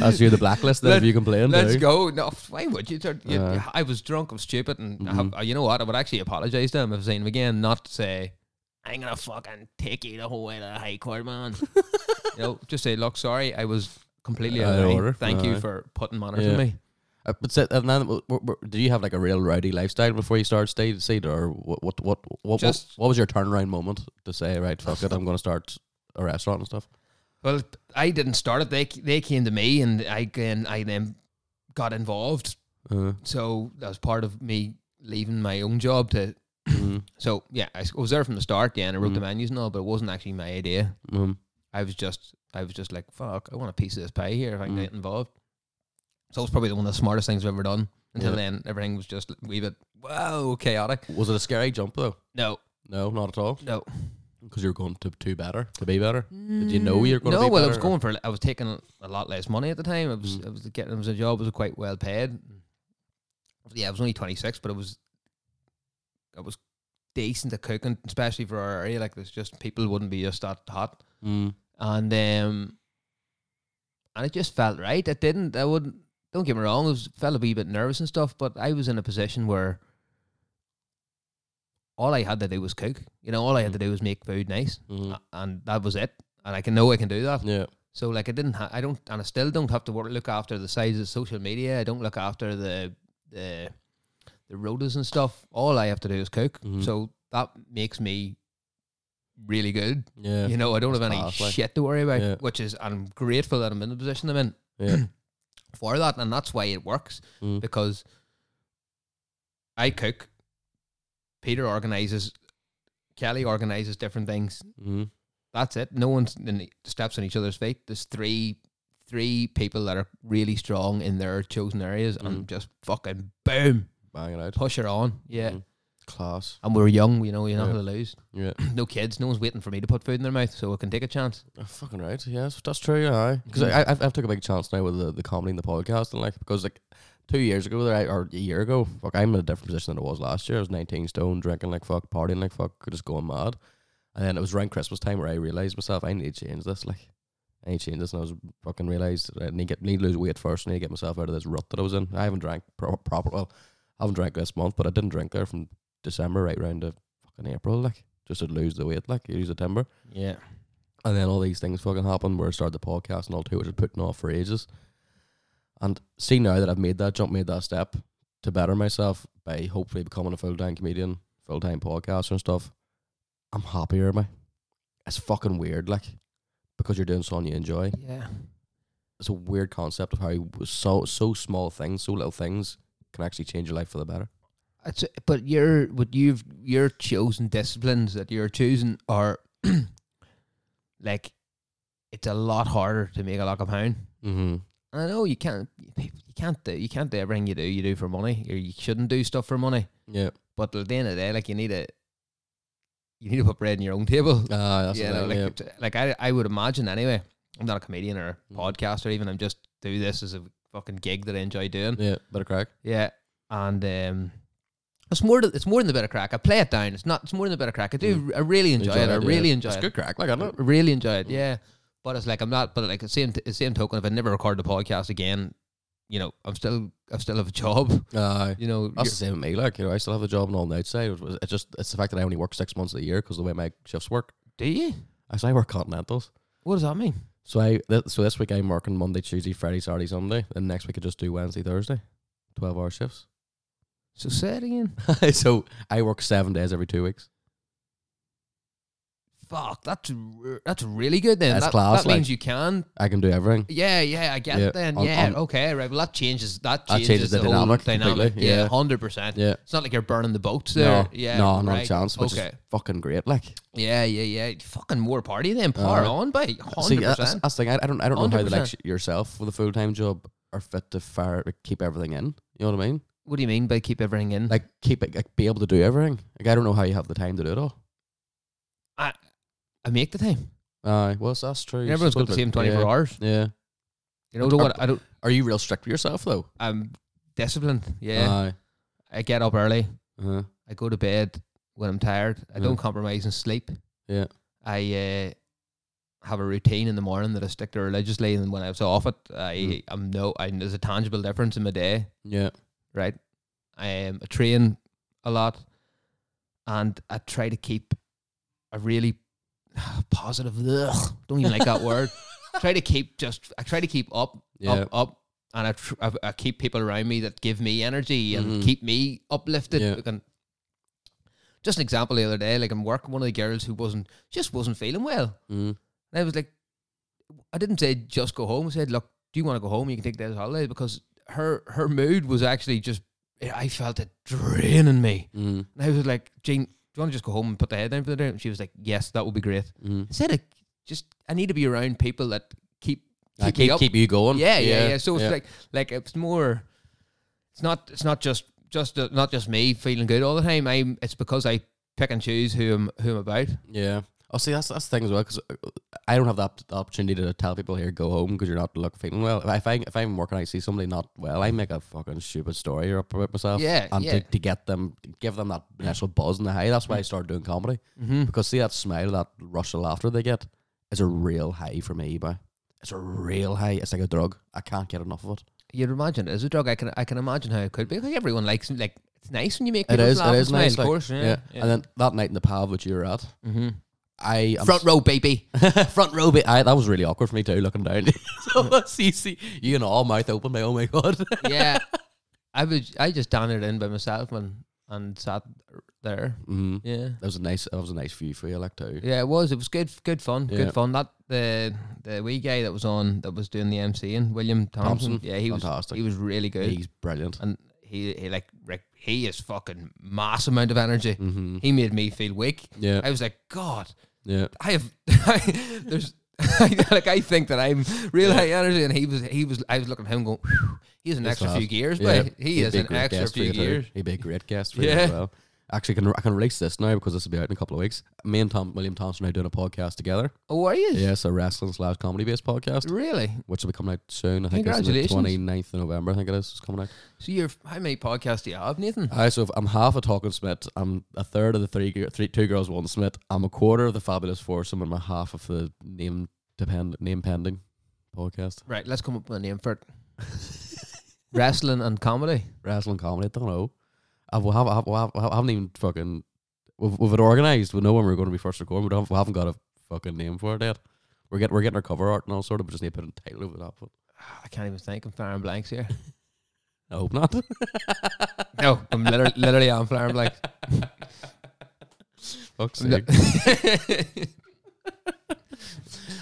[SPEAKER 4] That's you, the blacklist, then,
[SPEAKER 5] Let-
[SPEAKER 4] if you complain.
[SPEAKER 5] Let's
[SPEAKER 4] too.
[SPEAKER 5] go. No, f- why would you? Sir? You-
[SPEAKER 4] Uh.
[SPEAKER 5] I was drunk. I was stupid, and I have,
[SPEAKER 4] Mm-hmm.
[SPEAKER 5] uh, you know what? I would actually apologize to him if I seen him again. Not to say, "I'm gonna fucking take you the whole way to the high court, man." you know, just say, "Look, sorry, I was completely out
[SPEAKER 4] Out
[SPEAKER 5] of
[SPEAKER 4] of
[SPEAKER 5] line.
[SPEAKER 4] order.
[SPEAKER 5] Thank you
[SPEAKER 4] Aye.
[SPEAKER 5] for putting manners
[SPEAKER 4] Yeah.
[SPEAKER 5] on me."
[SPEAKER 4] Uh, but sit, and then, w- w- w- did you have like a real rowdy lifestyle before you started state seed, or what? What? What? What, what,
[SPEAKER 5] Just-
[SPEAKER 4] what was your turnaround moment to say, right? Fuck it, I'm going to start a restaurant and stuff.
[SPEAKER 5] Well, I didn't start it. They they came to me, and I can I then got involved.
[SPEAKER 4] Uh,
[SPEAKER 5] So that was part of me leaving my own job to.
[SPEAKER 4] mm,
[SPEAKER 5] So yeah, I s- I was there from the start. Yeah, and I wrote
[SPEAKER 4] Mm-hmm.
[SPEAKER 5] the menus and all, but it wasn't actually my idea.
[SPEAKER 4] mm,
[SPEAKER 5] I was just, I was just like, fuck, I want a piece of this pie here if I
[SPEAKER 4] Mm.
[SPEAKER 5] can get involved. So it was probably one of the smartest things I've ever done. Until
[SPEAKER 4] Yeah.
[SPEAKER 5] then, everything was just a wee bit wow chaotic.
[SPEAKER 4] was it a scary jump though?
[SPEAKER 5] No,
[SPEAKER 4] No, not at all.
[SPEAKER 5] no,
[SPEAKER 4] Because you're going to to better to be better. Did you know you're going
[SPEAKER 5] Mm, no.
[SPEAKER 4] to be
[SPEAKER 5] Well,
[SPEAKER 4] better?
[SPEAKER 5] I
[SPEAKER 4] Mm.
[SPEAKER 5] was going for, I was taking a lot less money at the time. I was, I was getting, it was a job, it was quite well paid. Yeah, I was only twenty six, but it was, it was decent at cooking, especially for our area. Like, there's just people wouldn't be just that hot.
[SPEAKER 4] Mm,
[SPEAKER 5] and um, and it just felt right. It didn't. I wouldn't. Don't get me wrong. I was felt a wee bit nervous and stuff, but I was in a position where all I had to do was cook. You know, all I had to do was make food nice,
[SPEAKER 4] mm,
[SPEAKER 5] a- and that was it. And I can know I can do that.
[SPEAKER 4] yeah.
[SPEAKER 5] So like I didn't. Ha- I don't, and I still don't have to work, look after the size of social media. I don't look after the the the rotas and stuff. All I have to do is cook.
[SPEAKER 4] Mhm.
[SPEAKER 5] So that makes me really good.
[SPEAKER 4] Yeah.
[SPEAKER 5] You know, I don't have any
[SPEAKER 4] class, like.
[SPEAKER 5] shit to worry about,
[SPEAKER 4] Yeah.
[SPEAKER 5] which is I'm grateful that I'm in the position I'm in
[SPEAKER 4] yeah.
[SPEAKER 5] for that, and that's why it works
[SPEAKER 4] Mm.
[SPEAKER 5] because I cook, Peter organizes, Kelly organizes different things.
[SPEAKER 4] Mm,
[SPEAKER 5] That's it. No one steps on each other's feet. There's three three people that are really strong in their chosen areas,
[SPEAKER 4] Mm.
[SPEAKER 5] and just fucking boom,
[SPEAKER 4] bang it out.
[SPEAKER 5] push it on. Yeah,
[SPEAKER 4] Mhm. Class.
[SPEAKER 5] and we're young, you know, you're not
[SPEAKER 4] Yeah.
[SPEAKER 5] gonna lose.
[SPEAKER 4] Yeah.
[SPEAKER 5] No kids, no one's waiting for me to put food in their mouth, so I can take a chance.
[SPEAKER 4] Oh, fucking right. Yes, that's true. Yeah, because
[SPEAKER 5] Mhm.
[SPEAKER 4] I, I've, I've took a big chance now with the, the comedy and the podcast and like because like two years ago there I, or a year ago, fuck, I'm in a different position than I was last year. I was 19 stone, drinking like fuck, partying like fuck, just going mad. And then it was around Christmas time where I realized myself I need to change this. Like I need to change this, and I was fucking realized I need get need to lose weight first. I need to get myself out of this rut that I was in. I haven't drank pro- proper. Well, I haven't drank this month, but I didn't drink there from December right round to fucking April. Like just to lose the weight, like lose the timber.
[SPEAKER 5] Yeah.
[SPEAKER 4] And then all these things fucking happened where I started the podcast and all too, which I was putting off for ages. And see now that I've made that jump, made that step to better myself by hopefully becoming a full time comedian, full time podcaster and stuff, I'm happier, mate. It's fucking weird, like, because you're doing something you enjoy.
[SPEAKER 5] Yeah.
[SPEAKER 4] It's a weird concept of how so so small things, so little things can actually change your life for the better.
[SPEAKER 5] It's, but your what you've your chosen disciplines that you're choosing are like it's a lot harder to make a lock a pound.
[SPEAKER 4] Mm-hmm.
[SPEAKER 5] I know you can't you can't do you can't do everything you do you do for money or you shouldn't do stuff for money.
[SPEAKER 4] Yeah.
[SPEAKER 5] But at the end of the day, like you need a you need to put bread on your own table.
[SPEAKER 4] Ah, that's
[SPEAKER 5] Yeah,
[SPEAKER 4] the thing,
[SPEAKER 5] no, like,
[SPEAKER 4] yeah.
[SPEAKER 5] it's- like I, I would imagine anyway. I'm not a comedian or a
[SPEAKER 4] Mm.
[SPEAKER 5] podcaster, even. I'm just do this as a fucking gig that I enjoy doing.
[SPEAKER 4] Yeah, bit of crack.
[SPEAKER 5] Yeah, and um, it's more. th- It's more than the bit of crack. I play it down. It's not. It's more than the bit of crack. I do. I really enjoy, it. I
[SPEAKER 4] Mm. yeah.
[SPEAKER 5] really enjoy
[SPEAKER 4] It's
[SPEAKER 5] it.
[SPEAKER 4] good crack, like I Mm.
[SPEAKER 5] I
[SPEAKER 4] know.
[SPEAKER 5] really enjoy it. Yeah, but it's like I'm not. But like the same. T- same token, if I never record the podcast again, you know, I'm still. I still have a job.
[SPEAKER 4] Aye.
[SPEAKER 5] You know,
[SPEAKER 4] That's the same with me. Like, you know, I still have a job and all on the outside. It was- It's just it's the fact that I only work six months of the year because the way my shifts work.
[SPEAKER 5] do you?
[SPEAKER 4] I so I work continentals.
[SPEAKER 5] What does that mean?
[SPEAKER 4] So I th- so this week I'm working Monday, Tuesday, Friday, Saturday, Sunday, and next week I just do Wednesday, Thursday, twelve hour shifts.
[SPEAKER 5] So say it again.
[SPEAKER 4] so I work seven days every two weeks.
[SPEAKER 5] Fuck, that's r- that's really good then.
[SPEAKER 4] That's
[SPEAKER 5] that,
[SPEAKER 4] class,
[SPEAKER 5] That
[SPEAKER 4] like-
[SPEAKER 5] means you can
[SPEAKER 4] I can do everything.
[SPEAKER 5] Yeah, yeah, I get
[SPEAKER 4] Yeah,
[SPEAKER 5] it then.
[SPEAKER 4] on-
[SPEAKER 5] yeah,
[SPEAKER 4] on-
[SPEAKER 5] okay, right. Well, that changes. That
[SPEAKER 4] That
[SPEAKER 5] changes,
[SPEAKER 4] changes the
[SPEAKER 5] whole
[SPEAKER 4] dynamic
[SPEAKER 5] dynamic.
[SPEAKER 4] completely,
[SPEAKER 5] Yeah,
[SPEAKER 4] yeah.
[SPEAKER 5] hundred percent.
[SPEAKER 4] Yeah.
[SPEAKER 5] It's not like you're burning the boats there.
[SPEAKER 4] no,
[SPEAKER 5] yeah,
[SPEAKER 4] no, not
[SPEAKER 5] right.
[SPEAKER 4] a chance. Which
[SPEAKER 5] okay.
[SPEAKER 4] is fucking great. Like,
[SPEAKER 5] Yeah, yeah, yeah. Fucking more party then. Power
[SPEAKER 4] Uh,
[SPEAKER 5] on by
[SPEAKER 4] see,
[SPEAKER 5] hundred
[SPEAKER 4] that's, uh,
[SPEAKER 5] percent.
[SPEAKER 4] that's the thing. I, I don't, I don't know how the like
[SPEAKER 5] 100%.
[SPEAKER 4] sh- yourself with a full time job are fit to fire, like, keep everything in. You know what I mean?
[SPEAKER 5] What do you mean by keep everything in?
[SPEAKER 4] Like, keep it, like, be able to do everything. Like, I don't know how you have the time to do it all.
[SPEAKER 5] I, I make the time.
[SPEAKER 4] Aye, well, so that's true.
[SPEAKER 5] Everyone's got the same twenty four
[SPEAKER 4] yeah,
[SPEAKER 5] hours.
[SPEAKER 4] Yeah.
[SPEAKER 5] You know, don't
[SPEAKER 4] Are-
[SPEAKER 5] what I don't.
[SPEAKER 4] Are you real strict with yourself though?
[SPEAKER 5] I'm disciplined. Yeah,
[SPEAKER 4] Aye.
[SPEAKER 5] I get up early.
[SPEAKER 4] Uh-huh.
[SPEAKER 5] I go to bed when I'm tired. I
[SPEAKER 4] Yeah.
[SPEAKER 5] don't compromise in sleep.
[SPEAKER 4] Yeah.
[SPEAKER 5] I uh, have a routine in the morning that I stick to religiously, and when I was off it, I
[SPEAKER 4] Mm.
[SPEAKER 5] I'm no, I there's a tangible difference in my day.
[SPEAKER 4] Yeah.
[SPEAKER 5] Right, I um, I train a lot, and I try to keep a really positive. Ugh, don't even like that word. Try to keep just. I try to keep up,
[SPEAKER 4] Yeah.
[SPEAKER 5] up, up, and I, tr- I I keep people around me that give me energy and
[SPEAKER 4] Mhm.
[SPEAKER 5] keep me uplifted.
[SPEAKER 4] Yeah.
[SPEAKER 5] Like, And just an example the other day, like I'm working one of the girls who wasn't just wasn't feeling well.
[SPEAKER 4] Mm.
[SPEAKER 5] And I was like, I didn't say just go home. I said, look, do you want to go home? You can take that as a holiday because her her mood was actually just. I felt it draining me,
[SPEAKER 4] Mm.
[SPEAKER 5] and I was like, Jane, do you want to just go home and put the head down for the day? And she was like, Yes, that would be great.
[SPEAKER 4] Mm.
[SPEAKER 5] I said, I just I need to be around people that keep keep,
[SPEAKER 4] I
[SPEAKER 5] me
[SPEAKER 4] keep
[SPEAKER 5] up.
[SPEAKER 4] keep you going.
[SPEAKER 5] Yeah, yeah, yeah, So it's
[SPEAKER 4] yeah.
[SPEAKER 5] like like it's more. It's not. It's not just just uh, not just me feeling good all the time. I'm. It's because I pick and choose who I'm who I'm about.
[SPEAKER 4] Yeah. Oh, see, that's that's the thing as well because I don't have that op- the opportunity to tell people here go home because you're not look feeling well. If I- If I if I'm working, I see somebody not well, I make a fucking stupid story up about myself.
[SPEAKER 5] Yeah,
[SPEAKER 4] and
[SPEAKER 5] yeah. Mm-hmm.
[SPEAKER 4] To, to get them, give them that initial buzz and the high. That's why I started doing comedy because see that smile, that rush of laughter they get is a real high for me, boy. It's a real high. It's like a drug. I can't get enough of it.
[SPEAKER 5] You'd imagine it as a drug. I can I can imagine how it could be. Like everyone likes like it's nice when you make
[SPEAKER 4] It
[SPEAKER 5] people
[SPEAKER 4] is.
[SPEAKER 5] laugh.
[SPEAKER 4] It
[SPEAKER 5] and
[SPEAKER 4] is
[SPEAKER 5] smile,
[SPEAKER 4] nice.
[SPEAKER 5] of
[SPEAKER 4] like,
[SPEAKER 5] course. Yeah. yeah. Mm-hmm.
[SPEAKER 4] And then that night in the pub that you were at, I am
[SPEAKER 5] Front row, baby.
[SPEAKER 4] front row. Bit, I, that was really awkward for me too, looking down. so see, see, you know, all mouth open. Like, oh my god.
[SPEAKER 5] yeah. I was I just done it in by myself and and sat there.
[SPEAKER 4] mm.
[SPEAKER 5] Yeah.
[SPEAKER 4] That was a nice. That was a nice view for you, like too.
[SPEAKER 5] Yeah, it was. It was good, good fun,
[SPEAKER 4] Yeah.
[SPEAKER 5] good fun. That the the wee guy that was on that was doing the MC and William Thompson.
[SPEAKER 4] Thompson,
[SPEAKER 5] Yeah, he
[SPEAKER 4] fantastic.
[SPEAKER 5] was he was really good,
[SPEAKER 4] He's brilliant.
[SPEAKER 5] and he he like rec- he is fucking mass amount of energy. He made me feel weak.
[SPEAKER 4] Mm-hmm. Yeah.
[SPEAKER 5] I was like, God,
[SPEAKER 4] Yeah.
[SPEAKER 5] I have there's. like I think that I'm real high energy, and he was he was I was looking at him going, "Whew, he's an extra few gears, but he
[SPEAKER 4] He'd
[SPEAKER 5] is
[SPEAKER 4] be a
[SPEAKER 5] an
[SPEAKER 4] great
[SPEAKER 5] extra
[SPEAKER 4] guest for
[SPEAKER 5] few
[SPEAKER 4] you too.
[SPEAKER 5] gears.
[SPEAKER 4] He'd be a great guest for you
[SPEAKER 5] Yeah.
[SPEAKER 4] as well. Actually, can I can release this now because this will be out in a couple of weeks. Me and Tom William Thompson are doing a podcast together.
[SPEAKER 5] Oh, are you?
[SPEAKER 4] Yeah, it's a wrestling slash comedy based podcast,
[SPEAKER 5] really.
[SPEAKER 4] which will be coming out soon. I think it's on the
[SPEAKER 5] Congratulations.
[SPEAKER 4] 29th of November. I think it is. It's coming out.
[SPEAKER 5] So you're how many podcasts do you have, Nathan?
[SPEAKER 4] Aye, so if I'm half a talking Smith. I'm a third of the three, gir- three two girls, one Smith. I'm a quarter of the fabulous foursome, and I'm a half of the name depend name pending podcast.
[SPEAKER 5] Right, let's come up with a name for it. Wrestling and comedy.
[SPEAKER 4] Wrestling comedy. I don't know. I will have. I, have, I, have, I haven't even fucking. We've, we've it organized. We know when we're going to be first recording. We, don't, we haven't got a fucking name for it yet. We're getting we're getting our cover art and all sort of. We just need to put a title over that. But
[SPEAKER 5] I can't even think. I'm firing blanks here.
[SPEAKER 4] I hope not.
[SPEAKER 5] No, I'm literally, literally I'm firing blanks.
[SPEAKER 4] Fuck's
[SPEAKER 5] I'm
[SPEAKER 4] sake.
[SPEAKER 5] li-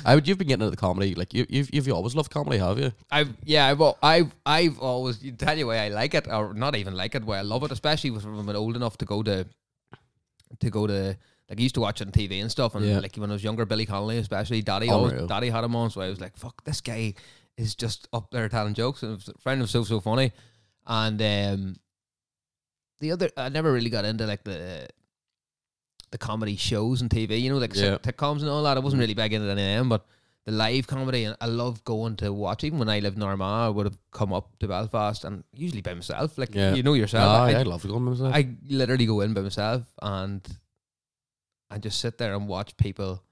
[SPEAKER 4] I would. You've been getting into comedy. Like you, you've you've always loved comedy, have you?
[SPEAKER 5] I've yeah, I've al- I've I've always you tell you why I like it or not even like it, why I love it, especially with- when I'm old enough to go to to go to like I used to watch it on TV and stuff, and
[SPEAKER 4] Yeah. Oh,
[SPEAKER 5] like when I was younger, Billy Connolly especially, Daddy always,
[SPEAKER 4] Unreal.
[SPEAKER 5] Daddy had him on, so I was like, fuck, this guy is just up there telling jokes, and I found him so so funny, and um, the other I never really got into like the the comedy shows and TV, you know, like
[SPEAKER 4] Yeah. Mm-hmm.
[SPEAKER 5] yeah. sitcoms and all that. I wasn't really big into any of them, but the live comedy and I love going to watch. Even when I lived in Armagh, I would have come up to Belfast and usually by myself. Like
[SPEAKER 4] Yeah.
[SPEAKER 5] you know yourself,
[SPEAKER 4] Ah,
[SPEAKER 5] I,
[SPEAKER 4] yeah, I'd love to go on myself.
[SPEAKER 5] I literally go in by myself and and just sit there and watch people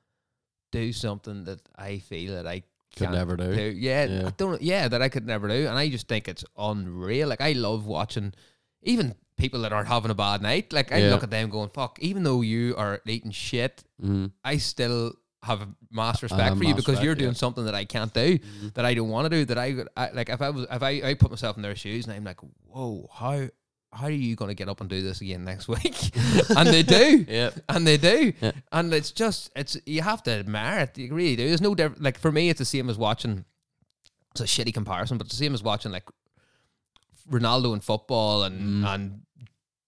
[SPEAKER 5] do something that I feel that I
[SPEAKER 4] Could
[SPEAKER 5] can't
[SPEAKER 4] never do.
[SPEAKER 5] Yeah,
[SPEAKER 4] Yeah.
[SPEAKER 5] I don't. Yeah, that I could never do, and I just think it's unreal. Like I love watching even people that are having a bad night. Like I
[SPEAKER 4] Yeah.
[SPEAKER 5] look at them going, "Fuck!" Even though you are eating shit,
[SPEAKER 4] Mhm.
[SPEAKER 5] I still have a mass respect
[SPEAKER 4] have
[SPEAKER 5] for you
[SPEAKER 4] mass
[SPEAKER 5] because you're
[SPEAKER 4] respect,
[SPEAKER 5] doing
[SPEAKER 4] yeah. Mm-hmm.
[SPEAKER 5] something that I can't do, that I don't want to do. That I, would- I like if I was if I, I put myself in their shoes and I'm like, whoa, how how are you going to get up and do this again next week? and they do,
[SPEAKER 4] Yeah.
[SPEAKER 5] and they do,
[SPEAKER 4] Yeah.
[SPEAKER 5] and it's just it's you have to admire it. You really do. There's no different. Like for me, it's the same as watching. It's a shitty comparison, but it's the same as watching like Ronaldo in football and
[SPEAKER 4] Mm.
[SPEAKER 5] and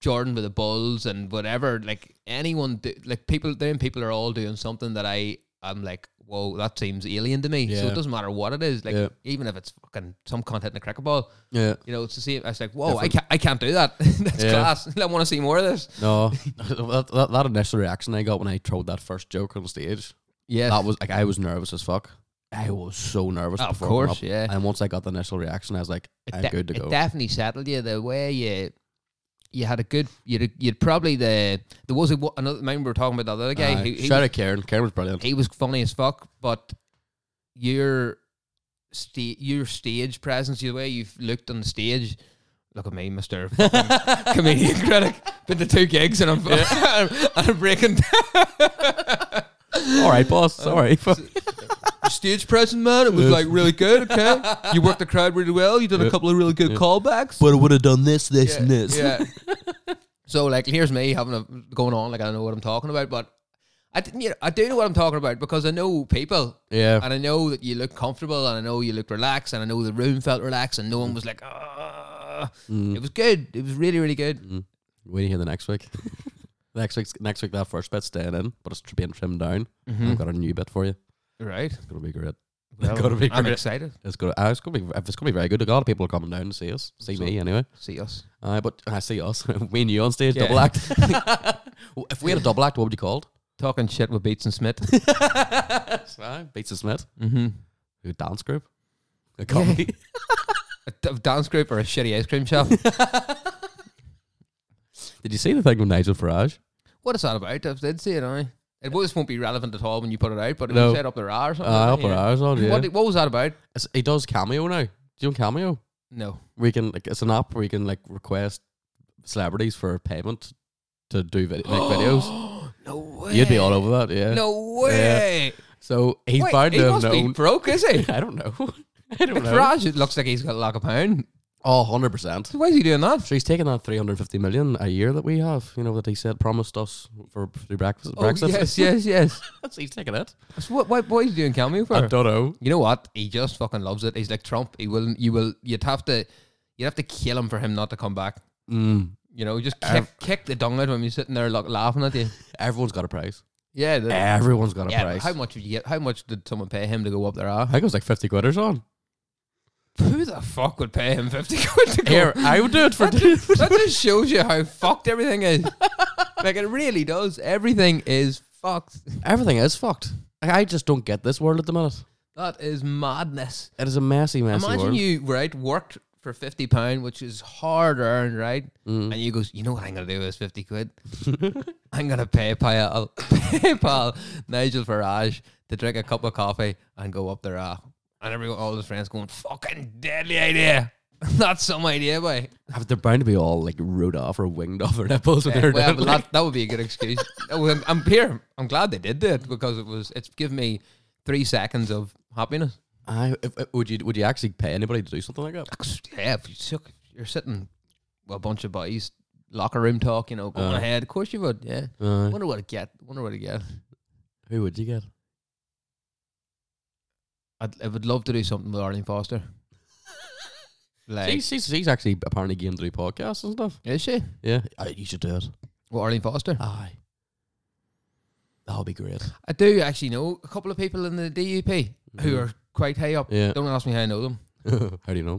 [SPEAKER 5] Jordan with the Bulls and whatever. Like anyone, do, like people, then people are all doing something that I I'm like, whoa, that seems alien to me. So
[SPEAKER 4] Yeah.
[SPEAKER 5] it doesn't matter what it is. Like
[SPEAKER 4] Yeah.
[SPEAKER 5] even if it's fucking some content in a cricket ball,
[SPEAKER 4] Yeah.
[SPEAKER 5] you know, it's the same. I was like, whoa, I can't, I can't do that. That's
[SPEAKER 4] Yeah.
[SPEAKER 5] class. I want to see more of this.
[SPEAKER 4] No, that, that, that initial reaction I got when I told that first joke on stage,
[SPEAKER 5] Yeah,
[SPEAKER 4] that was like I was nervous as fuck. I was so nervous.
[SPEAKER 5] Ah, Of
[SPEAKER 4] before I went
[SPEAKER 5] course, yeah.
[SPEAKER 4] And once I got the initial reaction, I was like, I'm
[SPEAKER 5] de-
[SPEAKER 4] good to
[SPEAKER 5] it
[SPEAKER 4] go.
[SPEAKER 5] definitely settled you the way you you had a good you'd you'd probably the there was a, wo- another man we were talking about the other guy
[SPEAKER 4] Aye.
[SPEAKER 5] who he
[SPEAKER 4] Shout
[SPEAKER 5] was,
[SPEAKER 4] out Karen. Karen was brilliant.
[SPEAKER 5] he was funny as fuck, but your sta- your stage presence, the way you've looked on the stage. Look at me, Mister Comedian Critic. Been to two gigs and I'm and I'm breaking down.
[SPEAKER 4] All right, boss.
[SPEAKER 5] Uh,
[SPEAKER 4] Sorry.
[SPEAKER 5] stage presence, man. It was like really good. Okay, you worked the crowd really well. You did a couple of really good callbacks.
[SPEAKER 4] but I would have done this, this, and this.
[SPEAKER 5] Yeah. so like, here's me having a going on like I know what I'm talking about, but I didn't. You know, I do know what I'm talking about because I know people.
[SPEAKER 4] Yeah.
[SPEAKER 5] And I know that you look comfortable, and I know you look relaxed, and I know the room felt relaxed, and no one was like, ah.
[SPEAKER 4] Mm.
[SPEAKER 5] It was good. It was really, really good.
[SPEAKER 4] Wait to hear the next week. next week's next week that first bit's staying in, but it's being trimmed down. I've got a new bit for you.
[SPEAKER 5] Right.
[SPEAKER 4] It's gonna be great.
[SPEAKER 5] Mm. Well,
[SPEAKER 4] gotta be
[SPEAKER 5] I'm
[SPEAKER 4] great.
[SPEAKER 5] excited.
[SPEAKER 4] It's gonna ah, it's gonna be it's gonna be very good. A lot of people are coming down to see us. See me anyway.
[SPEAKER 5] See us.
[SPEAKER 4] Uh, but I see us. me and you on stage,
[SPEAKER 5] Yeah.
[SPEAKER 4] double act. if we had a double act, what would you call it?
[SPEAKER 5] Talking shit with Beats and Smith.
[SPEAKER 4] Beats and Smith.
[SPEAKER 5] mm-hmm.
[SPEAKER 4] A dance group. A comedy.
[SPEAKER 5] A d- dance group or a shitty ice cream shop.
[SPEAKER 4] Did you see the thing with Nigel Farage?
[SPEAKER 5] what is that about? I did see it. I. It was, won't be relevant at all when you put it out, but
[SPEAKER 4] No.
[SPEAKER 5] it was set up their R or something.
[SPEAKER 4] Uh, up our
[SPEAKER 5] wasn't it? Oh, Yeah.
[SPEAKER 4] hours on, yeah.
[SPEAKER 5] What, what was that about?
[SPEAKER 4] It's- he does cameo now. Do you know cameo?
[SPEAKER 5] No.
[SPEAKER 4] We can like it's an app where you can like request celebrities for payment to do vid- make videos.
[SPEAKER 5] No way.
[SPEAKER 4] You'd be all over that, yeah.
[SPEAKER 5] No way.
[SPEAKER 4] So he's
[SPEAKER 5] Wait,
[SPEAKER 4] bound
[SPEAKER 5] he
[SPEAKER 4] to have
[SPEAKER 5] must be
[SPEAKER 4] known.
[SPEAKER 5] broke, is he?
[SPEAKER 4] I don't know. I don't know.
[SPEAKER 5] Farage, it looks like he's got a lock of pound.
[SPEAKER 4] Oh, 100 percent.
[SPEAKER 5] So why is he doing that?
[SPEAKER 4] So he's taking that 350 million a year that we have, you know, that he said promised us for through breakfast. Brexit.
[SPEAKER 5] Oh, yes, yes, yes.
[SPEAKER 4] So he's taking it.
[SPEAKER 5] So what, why, why is he doing cameo for?
[SPEAKER 4] I don't know.
[SPEAKER 5] You know what? He just fucking loves it. He's like Trump. He will. You will. You'd have to. You'd have to kill him for him not to come back.
[SPEAKER 4] Mm.
[SPEAKER 5] You know, just kick, kick the dung out when he's sitting there like, laughing at you.
[SPEAKER 4] Everyone's got a price.
[SPEAKER 5] Yeah. The,
[SPEAKER 4] Everyone's got a
[SPEAKER 5] yeah.
[SPEAKER 4] price.
[SPEAKER 5] How much did you get? How much did someone pay him to go up there?
[SPEAKER 4] I think it was like 50 quid or something.
[SPEAKER 5] Who the fuck would pay him fifty quid to go
[SPEAKER 4] Here, I would do it for.
[SPEAKER 5] that, just, that just shows you how fucked everything is. like it really does. Everything is fucked.
[SPEAKER 4] Everything is fucked. I I just don't get this world at the minute.
[SPEAKER 5] That is madness.
[SPEAKER 4] It is a messy, messy
[SPEAKER 5] Imagine
[SPEAKER 4] world.
[SPEAKER 5] you right worked for fifty pound, which is hard earned, right? And you goes, you know what I'm gonna do with this fifty quid? I'm gonna PayPal PayPal Nigel Farage to drink a cup of coffee and go up there. Ah, and everyone, all his friends going, fucking deadly idea. Not some idea, boy.
[SPEAKER 4] Have- They're bound to be all like rode off or winged off their nipples. when they're
[SPEAKER 5] well,
[SPEAKER 4] done,
[SPEAKER 5] but
[SPEAKER 4] like-
[SPEAKER 5] that, that would be a good excuse. Oh, I'm, I'm here. I'm glad they did that because it was. It's given me three seconds of happiness.
[SPEAKER 4] I, if- if- would you would you actually pay anybody to do something like that?
[SPEAKER 5] 'Cause, Yeah, if you took, you're sitting with a bunch of boys, locker room talk. You know, going ahead. Of course you would. Yeah.
[SPEAKER 4] Aye.
[SPEAKER 5] Wonder what it get. Wonder what it get.
[SPEAKER 4] Who would you get?
[SPEAKER 5] I'd, I would love to do something with Arlene Foster. like,
[SPEAKER 4] She's, she's, she's actually apparently game to do podcasts and stuff.
[SPEAKER 5] is she?
[SPEAKER 4] Yeah, I, you should do it.
[SPEAKER 5] Well, Arlene Foster.
[SPEAKER 4] Aye, that'll be great.
[SPEAKER 5] I do actually know a couple of people in the DUP who are quite high up.
[SPEAKER 4] Yeah.
[SPEAKER 5] Don't ask me how I know them
[SPEAKER 4] How do you know?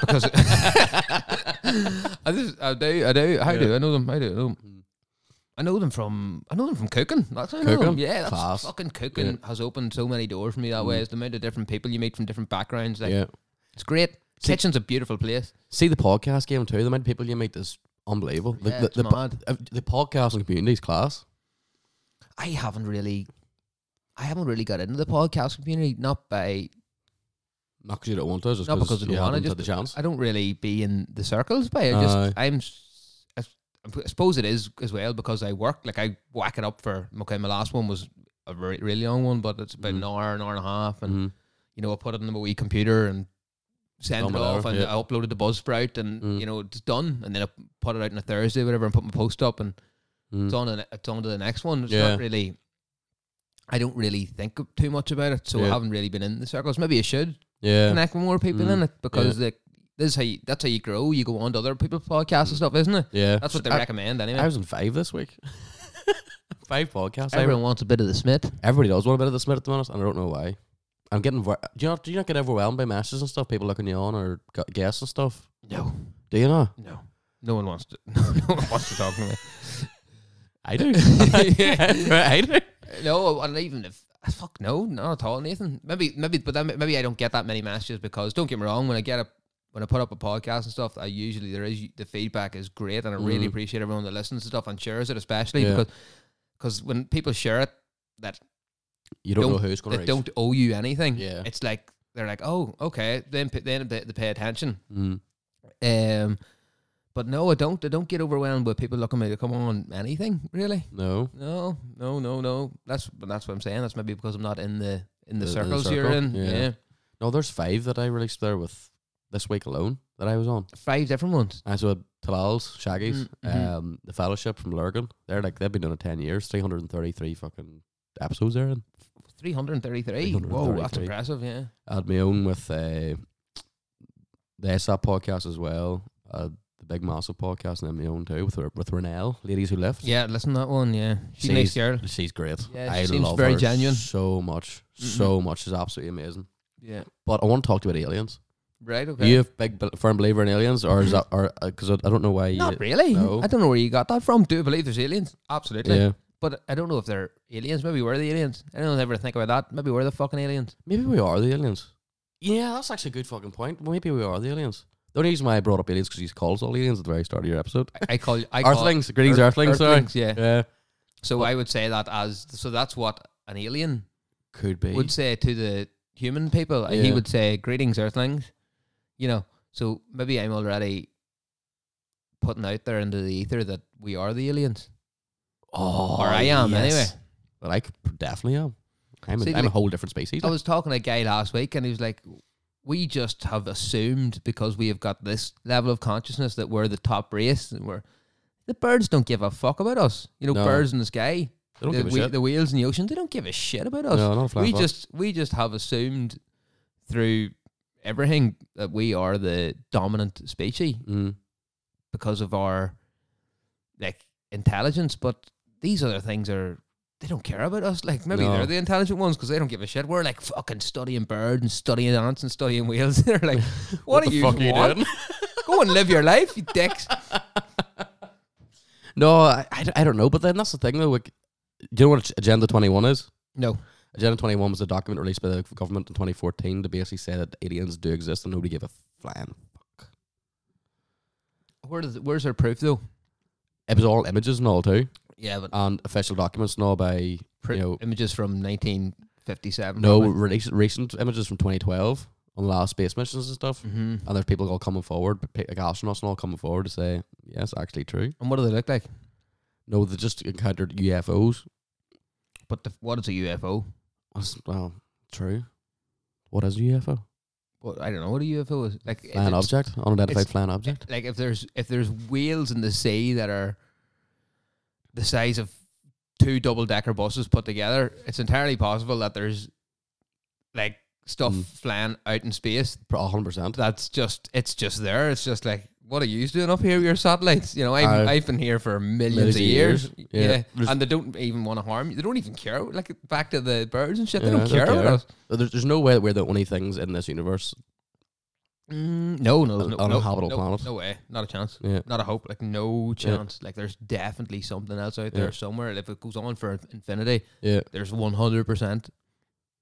[SPEAKER 5] because I just I do I do how do I know them? How do I know them? I know them from I know them from cooking. That's how I know them.
[SPEAKER 4] Cooking?
[SPEAKER 5] Yeah, that's
[SPEAKER 4] Class.
[SPEAKER 5] fucking cooking has opened so many doors for me that way. It's the amount of different people you meet from different backgrounds. Like
[SPEAKER 4] yeah.
[SPEAKER 5] it's great. Kitchen's a beautiful place.
[SPEAKER 4] See the podcast game too. The amount of people you meet is unbelievable. The,
[SPEAKER 5] Yeah,
[SPEAKER 4] the,
[SPEAKER 5] it's
[SPEAKER 4] the, po-
[SPEAKER 5] mad.
[SPEAKER 4] uh, the podcasting community is class.
[SPEAKER 5] I haven't really I haven't really got into the podcast community, not by
[SPEAKER 4] Not because you don't want to, it's just
[SPEAKER 5] not because I
[SPEAKER 4] you
[SPEAKER 5] don't want to.
[SPEAKER 4] haven't
[SPEAKER 5] Just
[SPEAKER 4] had the chance.
[SPEAKER 5] I don't really be in the circles, but I just
[SPEAKER 4] Aye.
[SPEAKER 5] I'm. s- I s- I suppose it is as well because I work. Like I whack it up for okay. My last one was a re- really long one, but it's about an
[SPEAKER 4] Mm.
[SPEAKER 5] hour, an hour and a half, and
[SPEAKER 4] Mhm.
[SPEAKER 5] you know I put it in my wee computer and send
[SPEAKER 4] Done
[SPEAKER 5] it
[SPEAKER 4] with
[SPEAKER 5] off,
[SPEAKER 4] that,
[SPEAKER 5] and
[SPEAKER 4] yeah. Mm.
[SPEAKER 5] I uploaded the Buzzsprout, and you know it's done, and then I put it out on a Thursday, whatever, and put my post up, and
[SPEAKER 4] Mm-hmm.
[SPEAKER 5] it's on. And it's on to the next one. It's
[SPEAKER 4] Mm. Yeah.
[SPEAKER 5] not really. I don't really think of- too much about it, so I
[SPEAKER 4] Yeah.
[SPEAKER 5] haven't really been in the circles. Maybe I should
[SPEAKER 4] Yeah.
[SPEAKER 5] connect with more people in
[SPEAKER 4] Mm.
[SPEAKER 5] it because like this is how you, that's how you grow. You go on to other people's podcasts and stuff, isn't it?
[SPEAKER 4] Yeah.
[SPEAKER 5] That's what they
[SPEAKER 4] I,
[SPEAKER 5] recommend anyway.
[SPEAKER 4] I was in five this week. five podcasts.
[SPEAKER 5] Everyone
[SPEAKER 4] Everyone,
[SPEAKER 5] wants a bit of the Smith.
[SPEAKER 4] everybody does want a bit of this minute at the minute, and I don't know why. I'm getting. Ver- do you not? Do you not get overwhelmed by messages and stuff? People looking you on or gu- guests and stuff.
[SPEAKER 5] No,
[SPEAKER 4] Do you know?
[SPEAKER 5] no, no one wants to. No one wants to talk to me.
[SPEAKER 4] I do. I do.
[SPEAKER 5] No, and even if ah, fuck no, not at all, Nathan. Maybe, maybe, but then maybe I don't get that many messages because don't get me wrong. When I get a when I put up a podcast and stuff, I usually there is the feedback is great, and I really
[SPEAKER 4] Mm.
[SPEAKER 5] appreciate everyone that listens and stuff and shares it, especially
[SPEAKER 4] Yeah.
[SPEAKER 5] because because when people share it, that
[SPEAKER 4] You don't,
[SPEAKER 5] Don't-
[SPEAKER 4] know who's going
[SPEAKER 5] that
[SPEAKER 4] to reach.
[SPEAKER 5] don't owe you anything.
[SPEAKER 4] Yeah.
[SPEAKER 5] it's like they're like, oh, okay, then p- then they, they pay attention.
[SPEAKER 4] Mm.
[SPEAKER 5] Um, but no, I don't. I don't get overwhelmed with people looking at me to come on anything really.
[SPEAKER 4] No.
[SPEAKER 5] No, no, no, no. That's but that's what I'm saying. That's maybe because I'm not in the in the
[SPEAKER 4] The- the
[SPEAKER 5] circles you're
[SPEAKER 4] circle,
[SPEAKER 5] in. Yeah.
[SPEAKER 4] yeah. No. There's five that I released there with this week alone that I was on.
[SPEAKER 5] five different ones.
[SPEAKER 4] I saw Talal's, Shaggy's,
[SPEAKER 5] Mm, mhm.
[SPEAKER 4] um, the Fellowship from Lurgan. They're like they've been doing it ten years, three hundred and thirty-three fucking episodes. They're in.
[SPEAKER 5] Three hundred and thirty-three. Whoa, that's
[SPEAKER 4] 333.
[SPEAKER 5] impressive. Yeah.
[SPEAKER 4] I had my own with uh, the SR podcast as well. Uh, the Big Massive podcast, and then my own too with R- with Renelle, ladies who left.
[SPEAKER 5] Yeah, listen to that one. Yeah, she's a nice
[SPEAKER 4] She's-
[SPEAKER 5] girl.
[SPEAKER 4] she's great.
[SPEAKER 5] Yeah, she
[SPEAKER 4] I
[SPEAKER 5] seems
[SPEAKER 4] love
[SPEAKER 5] very
[SPEAKER 4] her
[SPEAKER 5] genuine. Mm-hmm.
[SPEAKER 4] so much, so much. She's absolutely amazing.
[SPEAKER 5] Yeah.
[SPEAKER 4] But I want to talk to you about aliens.
[SPEAKER 5] Right.
[SPEAKER 4] Are
[SPEAKER 5] Okay.
[SPEAKER 4] you a big bel- firm believer in aliens, or is that, or because I, I don't know why. you-
[SPEAKER 5] Not really.
[SPEAKER 4] No.
[SPEAKER 5] I don't know where you got that from. Do you believe there's aliens? Absolutely.
[SPEAKER 4] Yeah.
[SPEAKER 5] But I don't know if they're aliens. Maybe we're the aliens. I don't ever think about that. Maybe we're the fucking aliens.
[SPEAKER 4] Maybe we are the aliens. Yeah, that's actually a good fucking point. Maybe we are the aliens. The only reason why I brought up aliens because he's called us all aliens at the very start of your episode.
[SPEAKER 5] I call you I call-
[SPEAKER 4] Earthlings, greetings,
[SPEAKER 5] Earth-
[SPEAKER 4] Earthlings. sorry.
[SPEAKER 5] Earthlings, yeah.
[SPEAKER 4] yeah,
[SPEAKER 5] So I would say that as so that's what an alien
[SPEAKER 4] could be.
[SPEAKER 5] would say to the human people. He
[SPEAKER 4] Yeah.
[SPEAKER 5] would say, "Greetings, Earthlings." You know, so maybe I'm already putting out there into the ether that we are the aliens,
[SPEAKER 4] oh,
[SPEAKER 5] or I am
[SPEAKER 4] yes.
[SPEAKER 5] anyway.
[SPEAKER 4] But I could- definitely am. I'm,
[SPEAKER 5] See,
[SPEAKER 4] a, I'm a
[SPEAKER 5] like-
[SPEAKER 4] whole different species.
[SPEAKER 5] I was talking to a guy last week, and he was like, "We just have assumed because we have got this level of consciousness that we're the top race, and we're the birds don't give a fuck about us. You know,
[SPEAKER 4] No.
[SPEAKER 5] birds in the sky,
[SPEAKER 4] They don't
[SPEAKER 5] the,
[SPEAKER 4] give a
[SPEAKER 5] whe-
[SPEAKER 4] shit.
[SPEAKER 5] the whales in the ocean, they don't give a shit about us.
[SPEAKER 4] No, not a flying
[SPEAKER 5] we
[SPEAKER 4] fuck.
[SPEAKER 5] just we just have assumed through everything that we are the dominant species
[SPEAKER 4] Mm.
[SPEAKER 5] because of our like intelligence, but these other things are they don't care about us. Like maybe
[SPEAKER 4] No.
[SPEAKER 5] they're the intelligent ones because they don't give a shit. We're like fucking studying birds and studying ants and studying whales. they're like, what,
[SPEAKER 4] the
[SPEAKER 5] are you
[SPEAKER 4] fuck are you
[SPEAKER 5] want?
[SPEAKER 4] doing?
[SPEAKER 5] Go and live your life, you dicks.
[SPEAKER 4] No, I, I, I don't know. But then that's the thing though. Like, do you know what Agenda 21 is?
[SPEAKER 5] No,
[SPEAKER 4] Agenda 21 was a document released by the government in 2014 to basically say that aliens do exist and nobody gave a flying fuck.
[SPEAKER 5] where does where's their proof though?
[SPEAKER 4] It was all images and all too,
[SPEAKER 5] Yeah, but
[SPEAKER 4] and official documents and all by
[SPEAKER 5] pr-
[SPEAKER 4] Uh, you know
[SPEAKER 5] images from 1957.
[SPEAKER 4] no release, recent images from 2012 on the last space missions and stuff.
[SPEAKER 5] Mm-hmm.
[SPEAKER 4] And there's people all coming forward, p- like astronauts and all coming forward to say, yeah, it's actually true.
[SPEAKER 5] And what do they look like?
[SPEAKER 4] No, they just encountered UFOs.
[SPEAKER 5] But the, what is a UFO?
[SPEAKER 4] That's- Well, true. What is a UFO?
[SPEAKER 5] Well, I don't know what a UFO is. Like if
[SPEAKER 4] Flying
[SPEAKER 5] it's-
[SPEAKER 4] object, unidentified
[SPEAKER 5] it's-
[SPEAKER 4] flying object.
[SPEAKER 5] Like if there's if there's whales in the sea that are the size of two double decker buses put together, it's entirely possible that there's like stuff
[SPEAKER 4] Mm.
[SPEAKER 5] flying out in space.
[SPEAKER 4] hundred percent.
[SPEAKER 5] That's just it's just there. It's just like what are you doing up here with your satellites? You know, I've,
[SPEAKER 4] Aye.
[SPEAKER 5] I've been here for
[SPEAKER 4] Millions
[SPEAKER 5] millions, of
[SPEAKER 4] of
[SPEAKER 5] years.
[SPEAKER 4] years.
[SPEAKER 5] Yeah,
[SPEAKER 4] Yeah. There's-
[SPEAKER 5] and they don't even want to harm you. They don't even care. Like back to the birds and shit, they
[SPEAKER 4] Yeah,
[SPEAKER 5] don't care about us.
[SPEAKER 4] There's, there's no way that we're the only things in this universe.
[SPEAKER 5] Mm, no, no,
[SPEAKER 4] An
[SPEAKER 5] no,
[SPEAKER 4] uninhabitable
[SPEAKER 5] no,
[SPEAKER 4] planet.
[SPEAKER 5] No way, not a chance.
[SPEAKER 4] Yeah.
[SPEAKER 5] Not a hope. Like no chance. Like there's definitely something else out there
[SPEAKER 4] Yeah.
[SPEAKER 5] somewhere. If it goes on for infinity,
[SPEAKER 4] Yeah.
[SPEAKER 5] there's one hundred percent,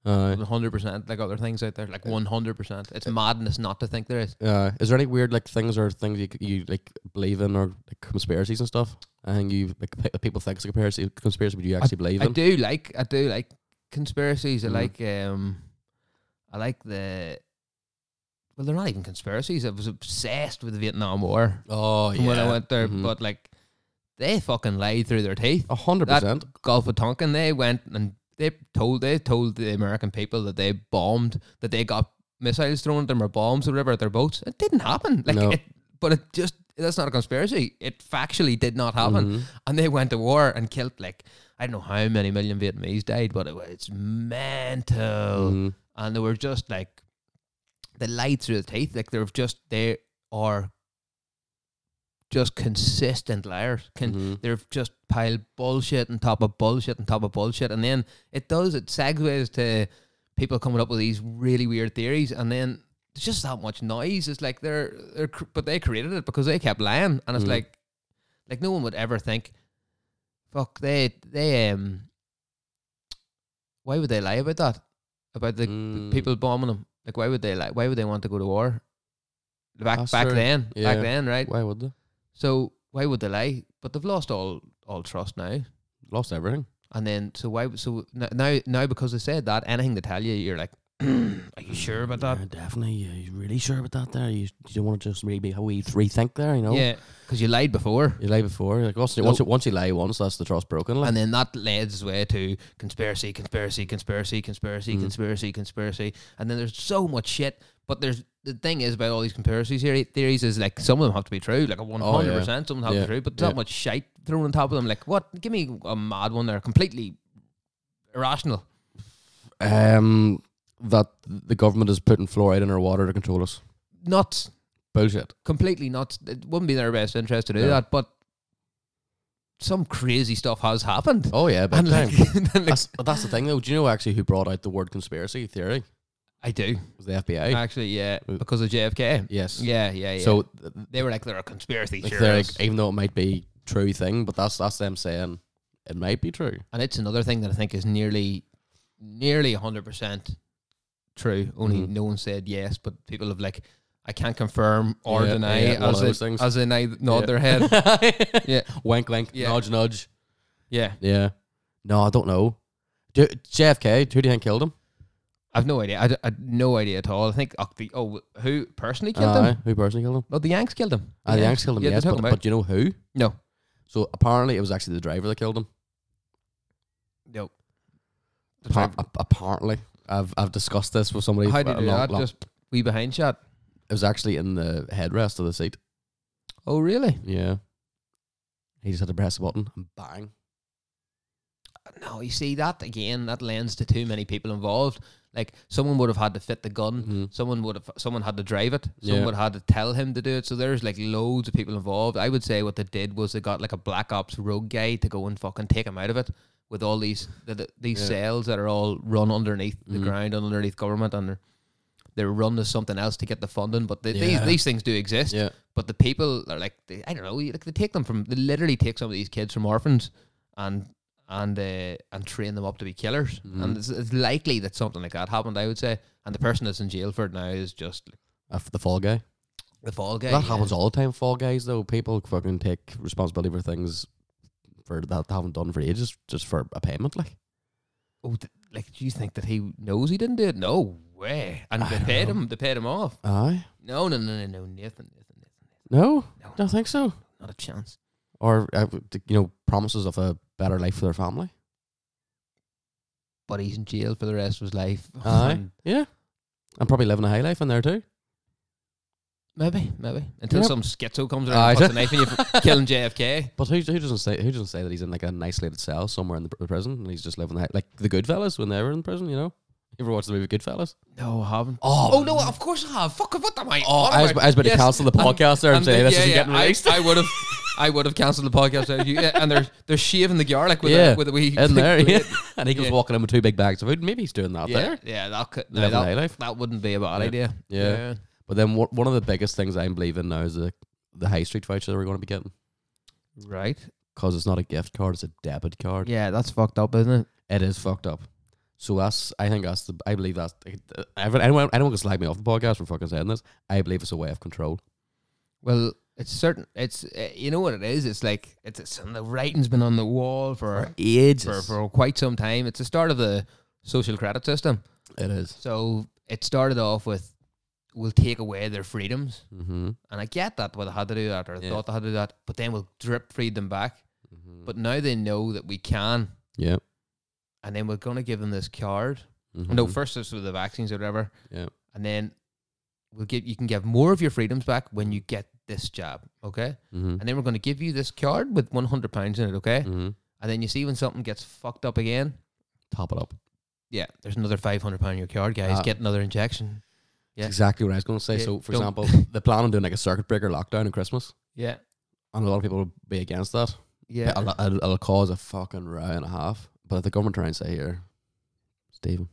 [SPEAKER 4] Aye.
[SPEAKER 5] one hundred percent. Like other things out there, like one hundred percent. It's madness not to think there is.
[SPEAKER 4] Uh, is there any weird like things or things you c- you like believe in or like, conspiracies and stuff? I think you like pe- people think it's a conspiracy, conspiracy, but you actually believe
[SPEAKER 5] I
[SPEAKER 4] in.
[SPEAKER 5] do like I do like conspiracies. I
[SPEAKER 4] Mhm.
[SPEAKER 5] like um I like the well they're not even conspiracies. I was obsessed with the Vietnam War
[SPEAKER 4] Oh
[SPEAKER 5] from when I went there,
[SPEAKER 4] Mhm.
[SPEAKER 5] but like they fucking lied through their teeth.
[SPEAKER 4] a hundred
[SPEAKER 5] That
[SPEAKER 4] percent.
[SPEAKER 5] Gulf of Tonkin, they went and they told they told the American people that they bombed that they got missiles thrown at them or bombs or whatever at their boats. It didn't happen. Like
[SPEAKER 4] No.
[SPEAKER 5] it but it just that's not a conspiracy. It factually did not happen.
[SPEAKER 4] Mm-hmm.
[SPEAKER 5] And they went to war and killed like I don't know how many million Vietnamese died, but it, wa- it's mental.
[SPEAKER 4] Mhm.
[SPEAKER 5] Oh. And they were just like they lied through the teeth. Like they're just they are just consistent liars. Can
[SPEAKER 4] Mhm.
[SPEAKER 5] they've just piled bullshit on top of bullshit on top of bullshit, and then it does it segues to people coming up with these really weird theories, and then there's just that much noise. It's like they're they're cr- but they created it because they kept lying, and it's
[SPEAKER 4] Mhm.
[SPEAKER 5] like like no one would ever think, fuck they they um, why would they lie about that about the, the
[SPEAKER 4] Mm.
[SPEAKER 5] people bombing them? Like why would they lie? Why would they want to go to war? Back
[SPEAKER 4] That's
[SPEAKER 5] back
[SPEAKER 4] true.
[SPEAKER 5] then,
[SPEAKER 4] Yeah.
[SPEAKER 5] back then, right?
[SPEAKER 4] Why would they
[SPEAKER 5] So why would they lie? But they've lost all all trust now.
[SPEAKER 4] lost everything?
[SPEAKER 5] And then so why? So n- now now because they said that, anything they tell you, you're like, are you sure about that?
[SPEAKER 4] definitely. Yeah, you really sure about that? There, you, you don't want to just maybe how we rethink there, you know?
[SPEAKER 5] Yeah, because you lied before.
[SPEAKER 4] You lie before, like once, once, you, once you lie once, that's the trust broken. Like.
[SPEAKER 5] And then that leads the way to conspiracy, conspiracy, conspiracy,
[SPEAKER 4] Mm.
[SPEAKER 5] conspiracy, conspiracy, conspiracy. And then there's so much shit. But there's the thing is about all these conspiracy theory- theories is like some of them have to be true, like a one
[SPEAKER 4] Oh, yeah.
[SPEAKER 5] hundred percent, some of them have to
[SPEAKER 4] Yeah,
[SPEAKER 5] be true. But there's
[SPEAKER 4] yeah.
[SPEAKER 5] not much shite thrown on top of them. Like what? Give me a mad one there, completely irrational.
[SPEAKER 4] um, that the government is putting fluoride in our water to control us.
[SPEAKER 5] Nuts.
[SPEAKER 4] Bullshit.
[SPEAKER 5] completely not. It wouldn't be in their best interest to do
[SPEAKER 4] No.
[SPEAKER 5] that, but some crazy stuff has happened.
[SPEAKER 4] Oh yeah, big
[SPEAKER 5] and like,
[SPEAKER 4] time.
[SPEAKER 5] and, like,
[SPEAKER 4] that's, that's the thing though. Do you know actually who brought out the word conspiracy theory? It
[SPEAKER 5] I do
[SPEAKER 4] was the FBI.
[SPEAKER 5] actually, yeah,
[SPEAKER 4] Uh,
[SPEAKER 5] because of JFK.
[SPEAKER 4] yes.
[SPEAKER 5] Yeah, yeah, yeah.
[SPEAKER 4] So th-
[SPEAKER 5] they were like, they're a conspiracy
[SPEAKER 4] like, they're
[SPEAKER 5] theories.
[SPEAKER 4] like, even though it might be true thing, but that's that's them saying it might be true.
[SPEAKER 5] and it's another thing that I think is nearly, nearly hundred percent true. Only
[SPEAKER 4] Mhm.
[SPEAKER 5] no one said yes, but people have like, I can't confirm or
[SPEAKER 4] Yeah,
[SPEAKER 5] deny
[SPEAKER 4] yeah, one of
[SPEAKER 5] as
[SPEAKER 4] those
[SPEAKER 5] they
[SPEAKER 4] things.
[SPEAKER 5] as they nod
[SPEAKER 4] Yeah.
[SPEAKER 5] their head. yeah,
[SPEAKER 4] Wink, wink.
[SPEAKER 5] Yeah.
[SPEAKER 4] Nudge, nudge.
[SPEAKER 5] yeah.
[SPEAKER 4] Yeah. No, I don't know. Do, JFK. Who do you think killed him?
[SPEAKER 5] I've no idea. I, d- I had no idea at all. I think oh, the oh who personally killed
[SPEAKER 4] Aye,
[SPEAKER 5] him?
[SPEAKER 4] who personally killed him?
[SPEAKER 5] No, the Yanks killed him.
[SPEAKER 4] Ah, the Yanks killed him.
[SPEAKER 5] Yeah,
[SPEAKER 4] yes,
[SPEAKER 5] they're
[SPEAKER 4] but,
[SPEAKER 5] talking
[SPEAKER 4] but
[SPEAKER 5] about-
[SPEAKER 4] do you know who?
[SPEAKER 5] No,
[SPEAKER 4] So apparently it was actually the driver that killed him.
[SPEAKER 5] no.
[SPEAKER 4] Appar- ap- apparently, I've I've discussed this with somebody.
[SPEAKER 5] How
[SPEAKER 4] for
[SPEAKER 5] did
[SPEAKER 4] a
[SPEAKER 5] you do
[SPEAKER 4] long-
[SPEAKER 5] that?
[SPEAKER 4] long-
[SPEAKER 5] Just we behind shot.
[SPEAKER 4] it was actually in the headrest of the seat.
[SPEAKER 5] Oh, really?
[SPEAKER 4] Yeah. He just had to press a button and bang.
[SPEAKER 5] No, you see that again. That lends to too many people involved. Like someone would have had to fit the gun.
[SPEAKER 4] Mhm.
[SPEAKER 5] Someone would have. Someone had to drive it. Someone
[SPEAKER 4] Yeah.
[SPEAKER 5] would have had to tell him to do it. So there's like loads of people involved. I would say what they did was they got like a black ops rogue guy to go and fucking take him out of it with all these the, the- these
[SPEAKER 4] Yeah.
[SPEAKER 5] cells that are all run underneath the
[SPEAKER 4] Mhm.
[SPEAKER 5] ground and underneath government and they're, they're run as something else to get the funding. But they, these
[SPEAKER 4] Yeah.
[SPEAKER 5] these things do exist.
[SPEAKER 4] Yeah.
[SPEAKER 5] But the people are like, they, I don't know, like they take them from, they literally take some of these kids from orphans and and uh, and train them up to be killers.
[SPEAKER 4] Mm-hmm.
[SPEAKER 5] And it's, it's likely that something like that happened, I would say. And the person that's in jail for it now is just like,
[SPEAKER 4] Uh, f- the fall guy.
[SPEAKER 5] the fall guy.
[SPEAKER 4] that
[SPEAKER 5] yeah.
[SPEAKER 4] happens all the time. Fall guys though, people fucking take responsibility for things for that they haven't done for ages, just for a payment. Like,
[SPEAKER 5] Oh, th- like, do you think that he knows he didn't do it? No way. And they paid him, they paid him off.
[SPEAKER 4] aye,
[SPEAKER 5] No, no, no, no, no, Nathan, Nathan, Nathan,
[SPEAKER 4] no,
[SPEAKER 5] No.
[SPEAKER 4] don't think so.
[SPEAKER 5] not a chance.
[SPEAKER 4] Or uh, d- you know, promises of a better life for their family.
[SPEAKER 5] But he's in jail for the rest of his life.
[SPEAKER 4] Aye,
[SPEAKER 5] And
[SPEAKER 4] yeah, and probably living a high life in there too.
[SPEAKER 5] Maybe, maybe. Until
[SPEAKER 4] Yep.
[SPEAKER 5] some schizo comes around
[SPEAKER 4] Aye.
[SPEAKER 5] and puts a knife in you for killing JFK.
[SPEAKER 4] But who, who doesn't say who doesn't say that he's in like an isolated cell somewhere in the pr- prison and he's just living the, hi- like the good fellas when they were in prison, you know? You ever watched the movie Goodfellas?
[SPEAKER 5] No, I haven't.
[SPEAKER 4] Oh,
[SPEAKER 5] Oh no! Of course I have. Fuck! What am I?
[SPEAKER 4] Oh,
[SPEAKER 5] on
[SPEAKER 4] I was,
[SPEAKER 5] about?
[SPEAKER 4] I was about
[SPEAKER 5] Yes,
[SPEAKER 4] to cancel the
[SPEAKER 5] and-
[SPEAKER 4] podcast there and
[SPEAKER 5] and the-
[SPEAKER 4] say this
[SPEAKER 5] yeah,
[SPEAKER 4] isn't
[SPEAKER 5] yeah,
[SPEAKER 4] getting
[SPEAKER 5] I-
[SPEAKER 4] released.
[SPEAKER 5] I would have, I would have cancelled the podcast. out of you, yeah, and they're they're shaving the garlic with
[SPEAKER 4] yeah,
[SPEAKER 5] a, with a wee
[SPEAKER 4] in there,
[SPEAKER 5] blade.
[SPEAKER 4] yeah. and he goes
[SPEAKER 5] Yeah.
[SPEAKER 4] walking in with two big bags of food. Maybe he's doing that
[SPEAKER 5] Yeah,
[SPEAKER 4] there.
[SPEAKER 5] yeah, that could no,
[SPEAKER 4] Living
[SPEAKER 5] that,
[SPEAKER 4] high life.
[SPEAKER 5] that wouldn't be a bad idea.
[SPEAKER 4] Yeah. But then what, one of the biggest things I'm believing now is the, the high street voucher that we're going to be getting
[SPEAKER 5] Right.
[SPEAKER 4] because it's not a gift card; it's a debit card.
[SPEAKER 5] Yeah, that's fucked up, isn't it?
[SPEAKER 4] It is fucked up. So that's I think that's the I believe that's everyone anyone anyone can slag me off the podcast for fucking saying this. I believe it's a way of control.
[SPEAKER 5] Well, it's certain. It's uh, you know what it is. It's like it's, it's and the writing's been on the wall for
[SPEAKER 4] Ages.
[SPEAKER 5] for, for quite some time. It's the start of the social credit system.
[SPEAKER 4] It is.
[SPEAKER 5] So it started off with we'll take away their freedoms,
[SPEAKER 4] Mm-hmm.
[SPEAKER 5] and I get that whether they had to do that or
[SPEAKER 4] Yeah. Mm.
[SPEAKER 5] thought they had to do that, but then we'll drip feed them back.
[SPEAKER 4] Mm-hmm.
[SPEAKER 5] But now they know that we can,
[SPEAKER 4] Yeah.
[SPEAKER 5] and then we're gonna give them this card.
[SPEAKER 4] Mm-hmm.
[SPEAKER 5] No, first it's with the vaccines or whatever.
[SPEAKER 4] Yeah.
[SPEAKER 5] and then we'll give you can give more of your freedoms back when you get this job, okay?
[SPEAKER 4] Mm-hmm.
[SPEAKER 5] And then we're going to give you this card with 100 pounds in it, okay?
[SPEAKER 4] Mm-hmm.
[SPEAKER 5] And then you see when something gets fucked up again,
[SPEAKER 4] Top it up.
[SPEAKER 5] yeah, there's another 500 pound in your card, guys.
[SPEAKER 4] Ah.
[SPEAKER 5] get another injection. Yeah.
[SPEAKER 4] Exactly what I was going to say.
[SPEAKER 5] Yeah,
[SPEAKER 4] so, for
[SPEAKER 5] don't-
[SPEAKER 4] example, they plan on doing like a circuit breaker lockdown at Christmas,
[SPEAKER 5] Yeah.
[SPEAKER 4] and a lot of people will be against that.
[SPEAKER 5] Yeah.
[SPEAKER 4] It'll, it'll, it'll cause a fucking row and a half. But if the government try and say here, Stephen,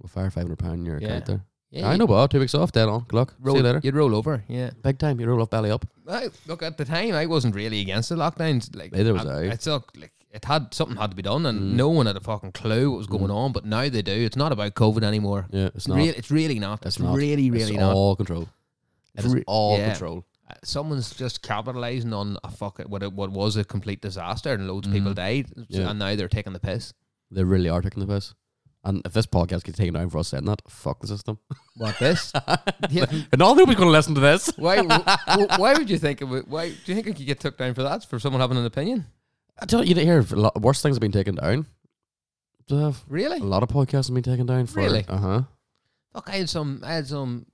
[SPEAKER 4] we'll fire five hundred pound in your
[SPEAKER 5] Yeah.
[SPEAKER 4] account there.
[SPEAKER 5] Yeah,
[SPEAKER 4] I
[SPEAKER 5] you'd
[SPEAKER 4] know, but two weeks off, dead on. Good luck.
[SPEAKER 5] Roll,
[SPEAKER 4] See you later.
[SPEAKER 5] You'd roll over, yeah.
[SPEAKER 4] Big time. You roll off belly up.
[SPEAKER 5] I, look, at the time, I wasn't really against the lockdowns. Like
[SPEAKER 4] Neither was I.
[SPEAKER 5] It's like it had something had to be done, and
[SPEAKER 4] Mm.
[SPEAKER 5] no one had a fucking clue what was going on. But now they do. It's not about COVID anymore.
[SPEAKER 4] Yeah, it's not.
[SPEAKER 5] Real- it's really not.
[SPEAKER 4] It's not.
[SPEAKER 5] really,
[SPEAKER 4] it's
[SPEAKER 5] really not.
[SPEAKER 4] all control. It
[SPEAKER 5] It's
[SPEAKER 4] is
[SPEAKER 5] re-
[SPEAKER 4] all
[SPEAKER 5] yeah.
[SPEAKER 4] control.
[SPEAKER 5] uh, someone's just capitalizing on a fuck what it, what was a complete disaster and loads of people died
[SPEAKER 4] Yeah.
[SPEAKER 5] and now they're taking the piss.
[SPEAKER 4] They really are taking the piss. And if this podcast gets taken down for us saying that, fuck the system.
[SPEAKER 5] What this? yeah.
[SPEAKER 4] And all nobody's going to listen to this.
[SPEAKER 5] Why? wh- Why would you think? It would, why do you think it could get took down for that? For someone having an opinion?
[SPEAKER 4] I don't. You don't hear a lot worse things have been taken down. Uh,
[SPEAKER 5] Really?
[SPEAKER 4] A lot of podcasts have been taken down for.
[SPEAKER 5] Really?
[SPEAKER 4] Uh huh.
[SPEAKER 5] Fuck! I had some. I had some.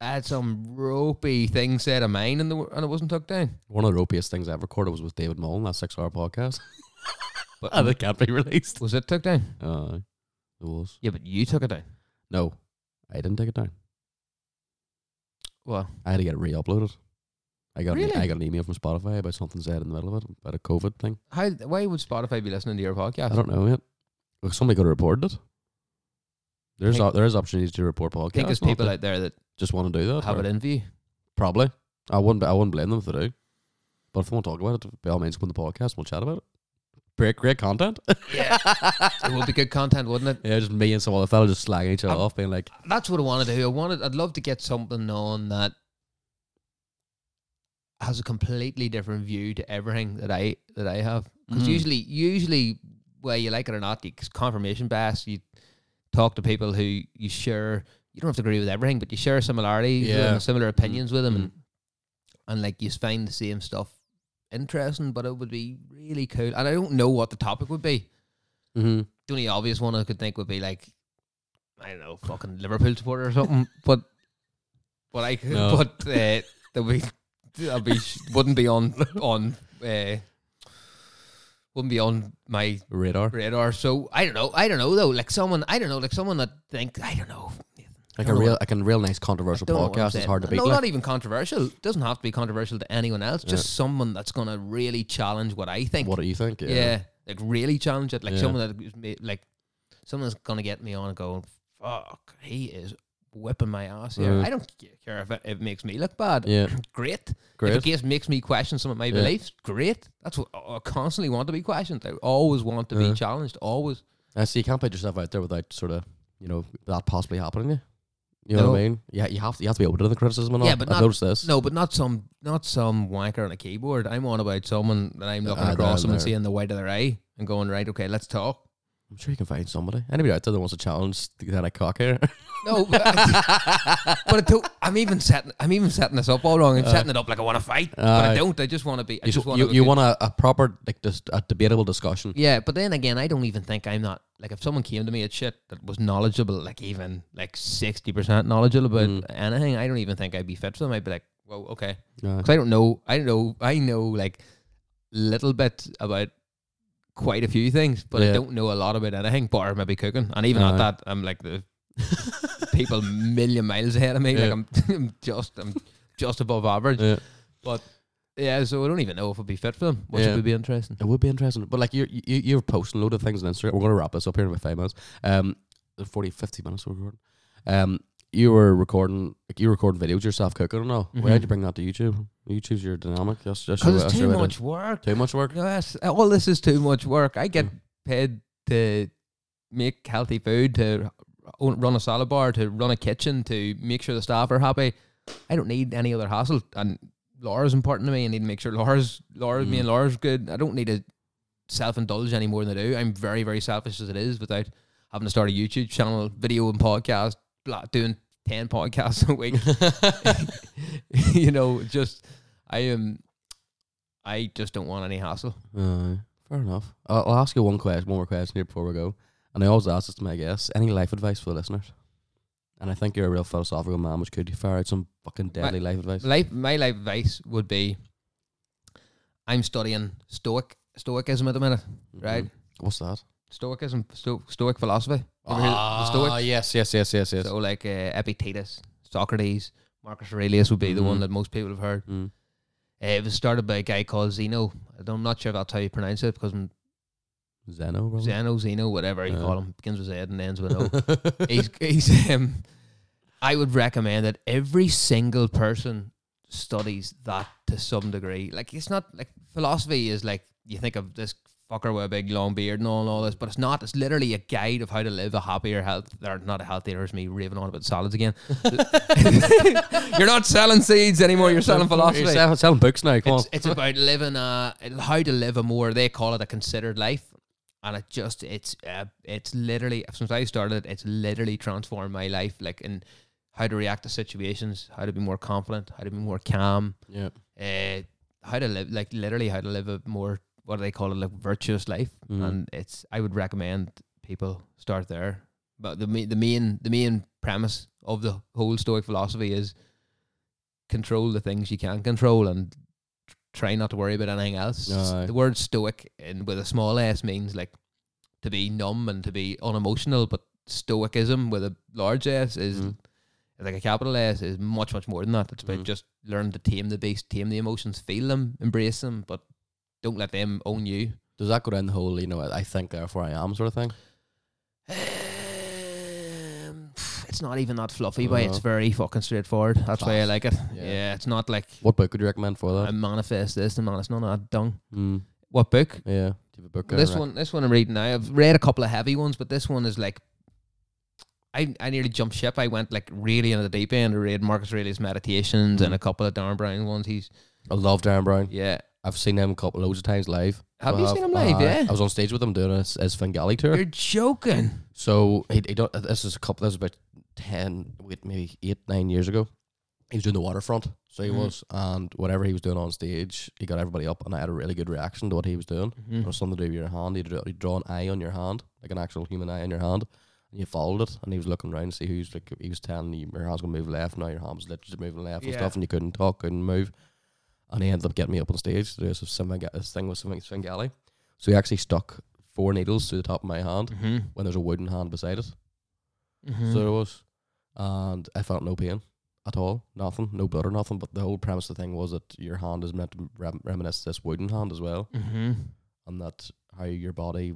[SPEAKER 5] I had some ropey thing said of mine, and the and it wasn't took down.
[SPEAKER 4] One of the ropiest things I have recorded was with David Mullen, that six hour podcast.
[SPEAKER 5] But
[SPEAKER 4] and it can't be released.
[SPEAKER 5] was it took down?
[SPEAKER 4] Uh, it was.
[SPEAKER 5] Yeah, but you took it down.
[SPEAKER 4] No, I didn't take it down.
[SPEAKER 5] Well,
[SPEAKER 4] I had to get it re uploaded. I got,
[SPEAKER 5] Really?
[SPEAKER 4] an, I got an email from Spotify about something said in the middle of it, about a COVID thing.
[SPEAKER 5] how? Why would Spotify be listening to your
[SPEAKER 4] I
[SPEAKER 5] podcast?
[SPEAKER 4] don't know yet. Well, Somebody could have reported it. There's
[SPEAKER 5] Think-
[SPEAKER 4] op- there is opportunities to report podcasts.
[SPEAKER 5] I think there's
[SPEAKER 4] not
[SPEAKER 5] people
[SPEAKER 4] that
[SPEAKER 5] out there that
[SPEAKER 4] just want to do that.
[SPEAKER 5] have
[SPEAKER 4] or-
[SPEAKER 5] it in for you.
[SPEAKER 4] Probably. I wouldn't. I wouldn't blame them if they do. But if they want to talk about it, by all means, go on the podcast. We'll chat about it. Great, great content.
[SPEAKER 5] It would be good content, wouldn't it?
[SPEAKER 4] yeah, just me and some other fella just slagging each other off, being like,
[SPEAKER 5] that's what I want to do. I wanted. I'd love to get something on that has a completely different view to everything that I that I have. Because usually, usually, whether you like it or not, it's confirmation bias. You talk to people who you share. You don't have to agree with everything, but you share similarities with
[SPEAKER 4] Yeah.
[SPEAKER 5] them, similar opinions with them, and, and like you find the same stuff interesting. But it would be really cool, and I don't know what the topic would be
[SPEAKER 4] mm-hmm.
[SPEAKER 5] the only obvious one I could think would be like I don't know, fucking Liverpool supporter or something. But but I could,
[SPEAKER 4] No.
[SPEAKER 5] but uh, that we that be wouldn't be on on uh, wouldn't be on my
[SPEAKER 4] radar,
[SPEAKER 5] radar. So I don't know. I don't know though. Like someone I don't know. Like someone that think I don't know.
[SPEAKER 4] like
[SPEAKER 5] I
[SPEAKER 4] a
[SPEAKER 5] don't know
[SPEAKER 4] real, like a real nice controversial
[SPEAKER 5] don't know what I'm
[SPEAKER 4] podcast. It's
[SPEAKER 5] saying.
[SPEAKER 4] hard to beat.
[SPEAKER 5] No,
[SPEAKER 4] like.
[SPEAKER 5] not even controversial. It doesn't have to be controversial to anyone else. Just someone that's gonna really challenge what I think.
[SPEAKER 4] what do you think?
[SPEAKER 5] Yeah. Like really challenge it. Like
[SPEAKER 4] Yeah.
[SPEAKER 5] someone that is ma- like someone's gonna get me on and go, fuck, he is whipping my ass here.
[SPEAKER 4] Mm.
[SPEAKER 5] I don't c- care if it, it makes me look bad.
[SPEAKER 4] yeah,
[SPEAKER 5] Great.
[SPEAKER 4] Great.
[SPEAKER 5] If it gets, makes me question some of my
[SPEAKER 4] Yeah.
[SPEAKER 5] beliefs, great. That's what I I constantly want to be questioned. I always want to
[SPEAKER 4] Yeah.
[SPEAKER 5] be challenged. Always.
[SPEAKER 4] Uh, so you can't put yourself out there without sort of, you know, that possibly happening. to You You know what I
[SPEAKER 5] No.
[SPEAKER 4] mean? Yeah, you have to, you have to be open to the criticism and all.
[SPEAKER 5] Yeah, but
[SPEAKER 4] I've
[SPEAKER 5] not-
[SPEAKER 4] noticed this.
[SPEAKER 5] No, but not some not some wanker on a keyboard. I'm on about someone that I'm looking
[SPEAKER 4] Ah,
[SPEAKER 5] across
[SPEAKER 4] down
[SPEAKER 5] them and
[SPEAKER 4] there.
[SPEAKER 5] seeing the white of their eye and going, right, okay, let's talk.
[SPEAKER 4] I'm sure you can find somebody. Anybody out there that wants to challenge that I cock here?
[SPEAKER 5] No, but, but it don't- I'm even setting. I'm even setting this up all wrong. I'm setting it up like I want to fight, but
[SPEAKER 4] aye.
[SPEAKER 5] I don't. I just want to be. I
[SPEAKER 4] Uh, you
[SPEAKER 5] just want
[SPEAKER 4] you, you want a, a proper like just a debatable discussion?
[SPEAKER 5] Yeah, but then again, I don't even think I'm not like if someone came to me at shit that was knowledgeable, like even like sixty percent knowledgeable about
[SPEAKER 4] Mm.
[SPEAKER 5] anything, I don't even think I'd be fit for them. I'd be like, well, okay,
[SPEAKER 4] Aye.
[SPEAKER 5] because I don't know. I don't know. I know like little bit about quite a few things, but I
[SPEAKER 4] Yeah.
[SPEAKER 5] don't know a lot about anything, bar maybe cooking. And even at
[SPEAKER 4] Aye.
[SPEAKER 5] that, I'm like the people a million miles ahead of me. Like
[SPEAKER 4] Yeah.
[SPEAKER 5] I'm, I'm just, I'm just above average.
[SPEAKER 4] Yeah.
[SPEAKER 5] But yeah, so I don't even know if I'd be fit for them, which
[SPEAKER 4] Yeah.
[SPEAKER 5] would be interesting.
[SPEAKER 4] It would be interesting. But like you're, you, you're posting a load of things on Instagram. We're going to wrap this up here in about five minutes. Um, 40, 50 minutes we're recording. Um, you were recording, like you record videos yourself cooking and all. Why did you bring that to YouTube? YouTube's your dynamic. That's, that's your,
[SPEAKER 5] Mm-hmm. Because it's
[SPEAKER 4] that's
[SPEAKER 5] too
[SPEAKER 4] your way to-
[SPEAKER 5] much work.
[SPEAKER 4] Too much work.
[SPEAKER 5] Yes, all Uh, this is too much work. I get paid to make healthy food, to own, run a salad bar, to run a kitchen, to make sure the staff are happy. I don't need any other hassle. And Laura's important to me. I need to make sure Laura's, Laura, me and Laura's good. I don't need to self indulge any more than I do. I'm very, very selfish as it is without having to start a YouTube channel, video and podcast, blah, doing 10 podcasts a week.
[SPEAKER 4] Uh,
[SPEAKER 5] you know, just, I am, I just don't want any hassle.
[SPEAKER 4] Uh, fair enough. I'll, I'll ask you one question, one more question here before we go. And I always ask this to my guests. Any life advice for the listeners? And I think you're a real philosophical man, which could you fire out some fucking deadly life advice?
[SPEAKER 5] Life, my life advice would be, I'm studying Stoic Stoicism at the minute,
[SPEAKER 4] Mm-hmm.
[SPEAKER 5] right?
[SPEAKER 4] What's that?
[SPEAKER 5] Stoicism, sto- Stoic philosophy. Ever heard of the Stoic?
[SPEAKER 4] Ah, yes, yes, yes, yes, yes.
[SPEAKER 5] So like uh, Epictetus, Socrates, Marcus Aurelius would be the one
[SPEAKER 4] Mhm.
[SPEAKER 5] that most people have heard.
[SPEAKER 4] Mm.
[SPEAKER 5] Uh, it was started by a guy called Zeno. I don't- I'm not sure if that's how you pronounce it because
[SPEAKER 4] Mm-hmm.
[SPEAKER 5] I'm
[SPEAKER 4] Zeno, probably.
[SPEAKER 5] Zeno, Zeno, whatever you
[SPEAKER 4] Yeah.
[SPEAKER 5] call him, begins with Z and ends with O. he's, he's um, I would recommend that every single person studies that to some degree. Like it's not like philosophy is like you think of this fucker with a big long beard and all and all this, but it's not. It's literally a guide of how to live a happier health or not a healthier. There's me raving on about salads again. you're not selling seeds anymore. You're selling philosophy.
[SPEAKER 4] You're selling, selling books now. Come
[SPEAKER 5] It's, it's about living a how to live a more they call it a considered life, and it just it's uh, it's literally since I started it's literally transformed my life like in how to react to situations, how to be more confident, how to be more calm,
[SPEAKER 4] on. Yeah.
[SPEAKER 5] uh, how to live like literally how to live a more what do they call it like virtuous life,
[SPEAKER 4] Mhm.
[SPEAKER 5] and it's I would recommend people start there. But the ma- the main the main premise of the whole Stoic philosophy is control the things you can control and tr- try not to worry about anything else. S-
[SPEAKER 4] Aye.
[SPEAKER 5] The word Stoic in with a small s means like to be numb and to be unemotional, but Stoicism with a large s is
[SPEAKER 4] Mhm.
[SPEAKER 5] like a capital S is much much more than that. It's about
[SPEAKER 4] Mhm.
[SPEAKER 5] just learn to tame the beast, tame the emotions, feel them, embrace them, but don't let them own you.
[SPEAKER 4] Does that go down the whole, you know, I I think therefore I am sort of thing?
[SPEAKER 5] Um, it's not even that fluffy, but it's
[SPEAKER 4] Uh-huh.
[SPEAKER 5] very fucking straightforward. That's why I like it. Yeah,
[SPEAKER 4] Yeah.
[SPEAKER 5] it's not like
[SPEAKER 4] What book would you recommend for
[SPEAKER 5] I
[SPEAKER 4] that?
[SPEAKER 5] manifest this and manifest none of that dung.
[SPEAKER 4] Mm,
[SPEAKER 5] What book?
[SPEAKER 4] yeah. Do you have a book? I
[SPEAKER 5] this
[SPEAKER 4] rec-
[SPEAKER 5] one, this one I'm reading now. I've read a couple of heavy ones, but this one is like, I I nearly jumped ship. I went like really into the deep end. I read Marcus Aurelius Meditations
[SPEAKER 4] Mm.
[SPEAKER 5] and a couple of Darren Brown ones. He's
[SPEAKER 4] I love Darren Brown.
[SPEAKER 5] yeah.
[SPEAKER 4] I've seen him a couple loads of times live.
[SPEAKER 5] Have
[SPEAKER 4] I
[SPEAKER 5] you seen him live?
[SPEAKER 4] Uh,
[SPEAKER 5] yeah,
[SPEAKER 4] I was on stage with him doing his, his Fingali tour.
[SPEAKER 5] you're joking.
[SPEAKER 4] So he, he done, this is a couple. This was about ten, wait, maybe eight, nine years ago. He was doing the waterfront, so he
[SPEAKER 5] Mhm.
[SPEAKER 4] was, and whatever he was doing on stage, he got everybody up, and I had a really good reaction to what he was doing. It
[SPEAKER 5] Mm-hmm. Mm.
[SPEAKER 4] was something to do with your hand. He would he'd draw an eye on your hand, like an actual human eye on your hand, and you followed it, and he was looking around to see who's like he was telling you your hand's gonna move left now, your hand was literally moving left and
[SPEAKER 5] Yeah.
[SPEAKER 4] stuff, and you couldn't talk, couldn't move, and he ended up getting me up on stage to do this, with Svengali- this thing with Svengali. So he actually stuck four needles through the top of my hand
[SPEAKER 5] Mm-hmm.
[SPEAKER 4] when there's a wooden hand beside it.
[SPEAKER 5] Mm-hmm.
[SPEAKER 4] So there was, and I felt no pain at all, nothing, no blood or nothing. But the whole premise of the thing was that your hand is meant to rem- reminisce this wooden hand as well,
[SPEAKER 5] mm-hmm.
[SPEAKER 4] and that how your body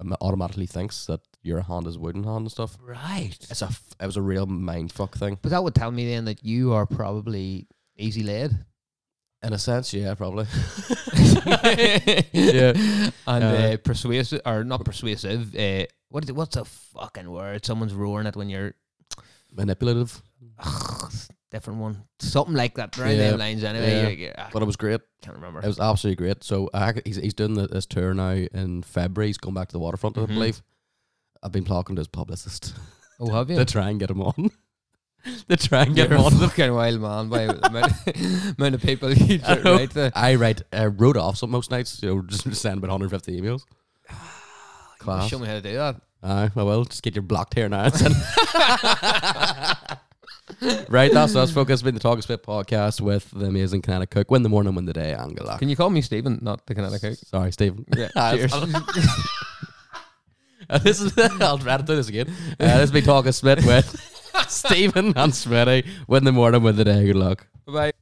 [SPEAKER 4] am- automatically thinks that your hand is wooden hand and stuff.
[SPEAKER 5] Right.
[SPEAKER 4] It's a, f- it was a real mind fuck thing.
[SPEAKER 5] But that would tell me then that you are probably easy led.
[SPEAKER 4] In a sense, yeah, probably.
[SPEAKER 5] yeah. And uh,
[SPEAKER 4] Uh,
[SPEAKER 5] persuasive, or not persuasive. Uh, what is it, what's a fucking word? Someone's roaring it when you're.
[SPEAKER 4] Manipulative,
[SPEAKER 5] different one. Something like that. Right
[SPEAKER 4] Yeah.
[SPEAKER 5] them lines anyway.
[SPEAKER 4] Yeah.
[SPEAKER 5] You're, you're- I
[SPEAKER 4] but it was great.
[SPEAKER 5] can't remember.
[SPEAKER 4] It was absolutely great. So I, ac- he's he's doing the, this tour now in February. He's going back to the waterfront,
[SPEAKER 5] Mhm.
[SPEAKER 4] I believe. I've been talking to his publicist.
[SPEAKER 5] oh, have
[SPEAKER 4] to try and get him on. to try and get
[SPEAKER 5] You're
[SPEAKER 4] him
[SPEAKER 5] a
[SPEAKER 4] on.
[SPEAKER 5] fucking wild man by the amount, amount of people you
[SPEAKER 4] I
[SPEAKER 5] do,
[SPEAKER 4] know.
[SPEAKER 5] right? there.
[SPEAKER 4] I write, uh, wrote off some most nights. You know, just send about 150 emails. Class.
[SPEAKER 5] Show me how to do that.
[SPEAKER 4] Aye, I will. Just get your blocked here now. right, that's us, folks. It's been the Talk Spit podcast with the amazing Kinetic Cook. Win the morning, win the day, Angela.
[SPEAKER 5] Can you call me Stephen, not the Connecticut?
[SPEAKER 4] Sorry, Stephen.
[SPEAKER 5] Yeah,
[SPEAKER 4] I-
[SPEAKER 5] cheers.
[SPEAKER 4] Uh, this is I'll try to do this again. Uh, this has been Talk Spit with Stephen and Smitty. Win the morning, win the day. Good luck.
[SPEAKER 5] Bye.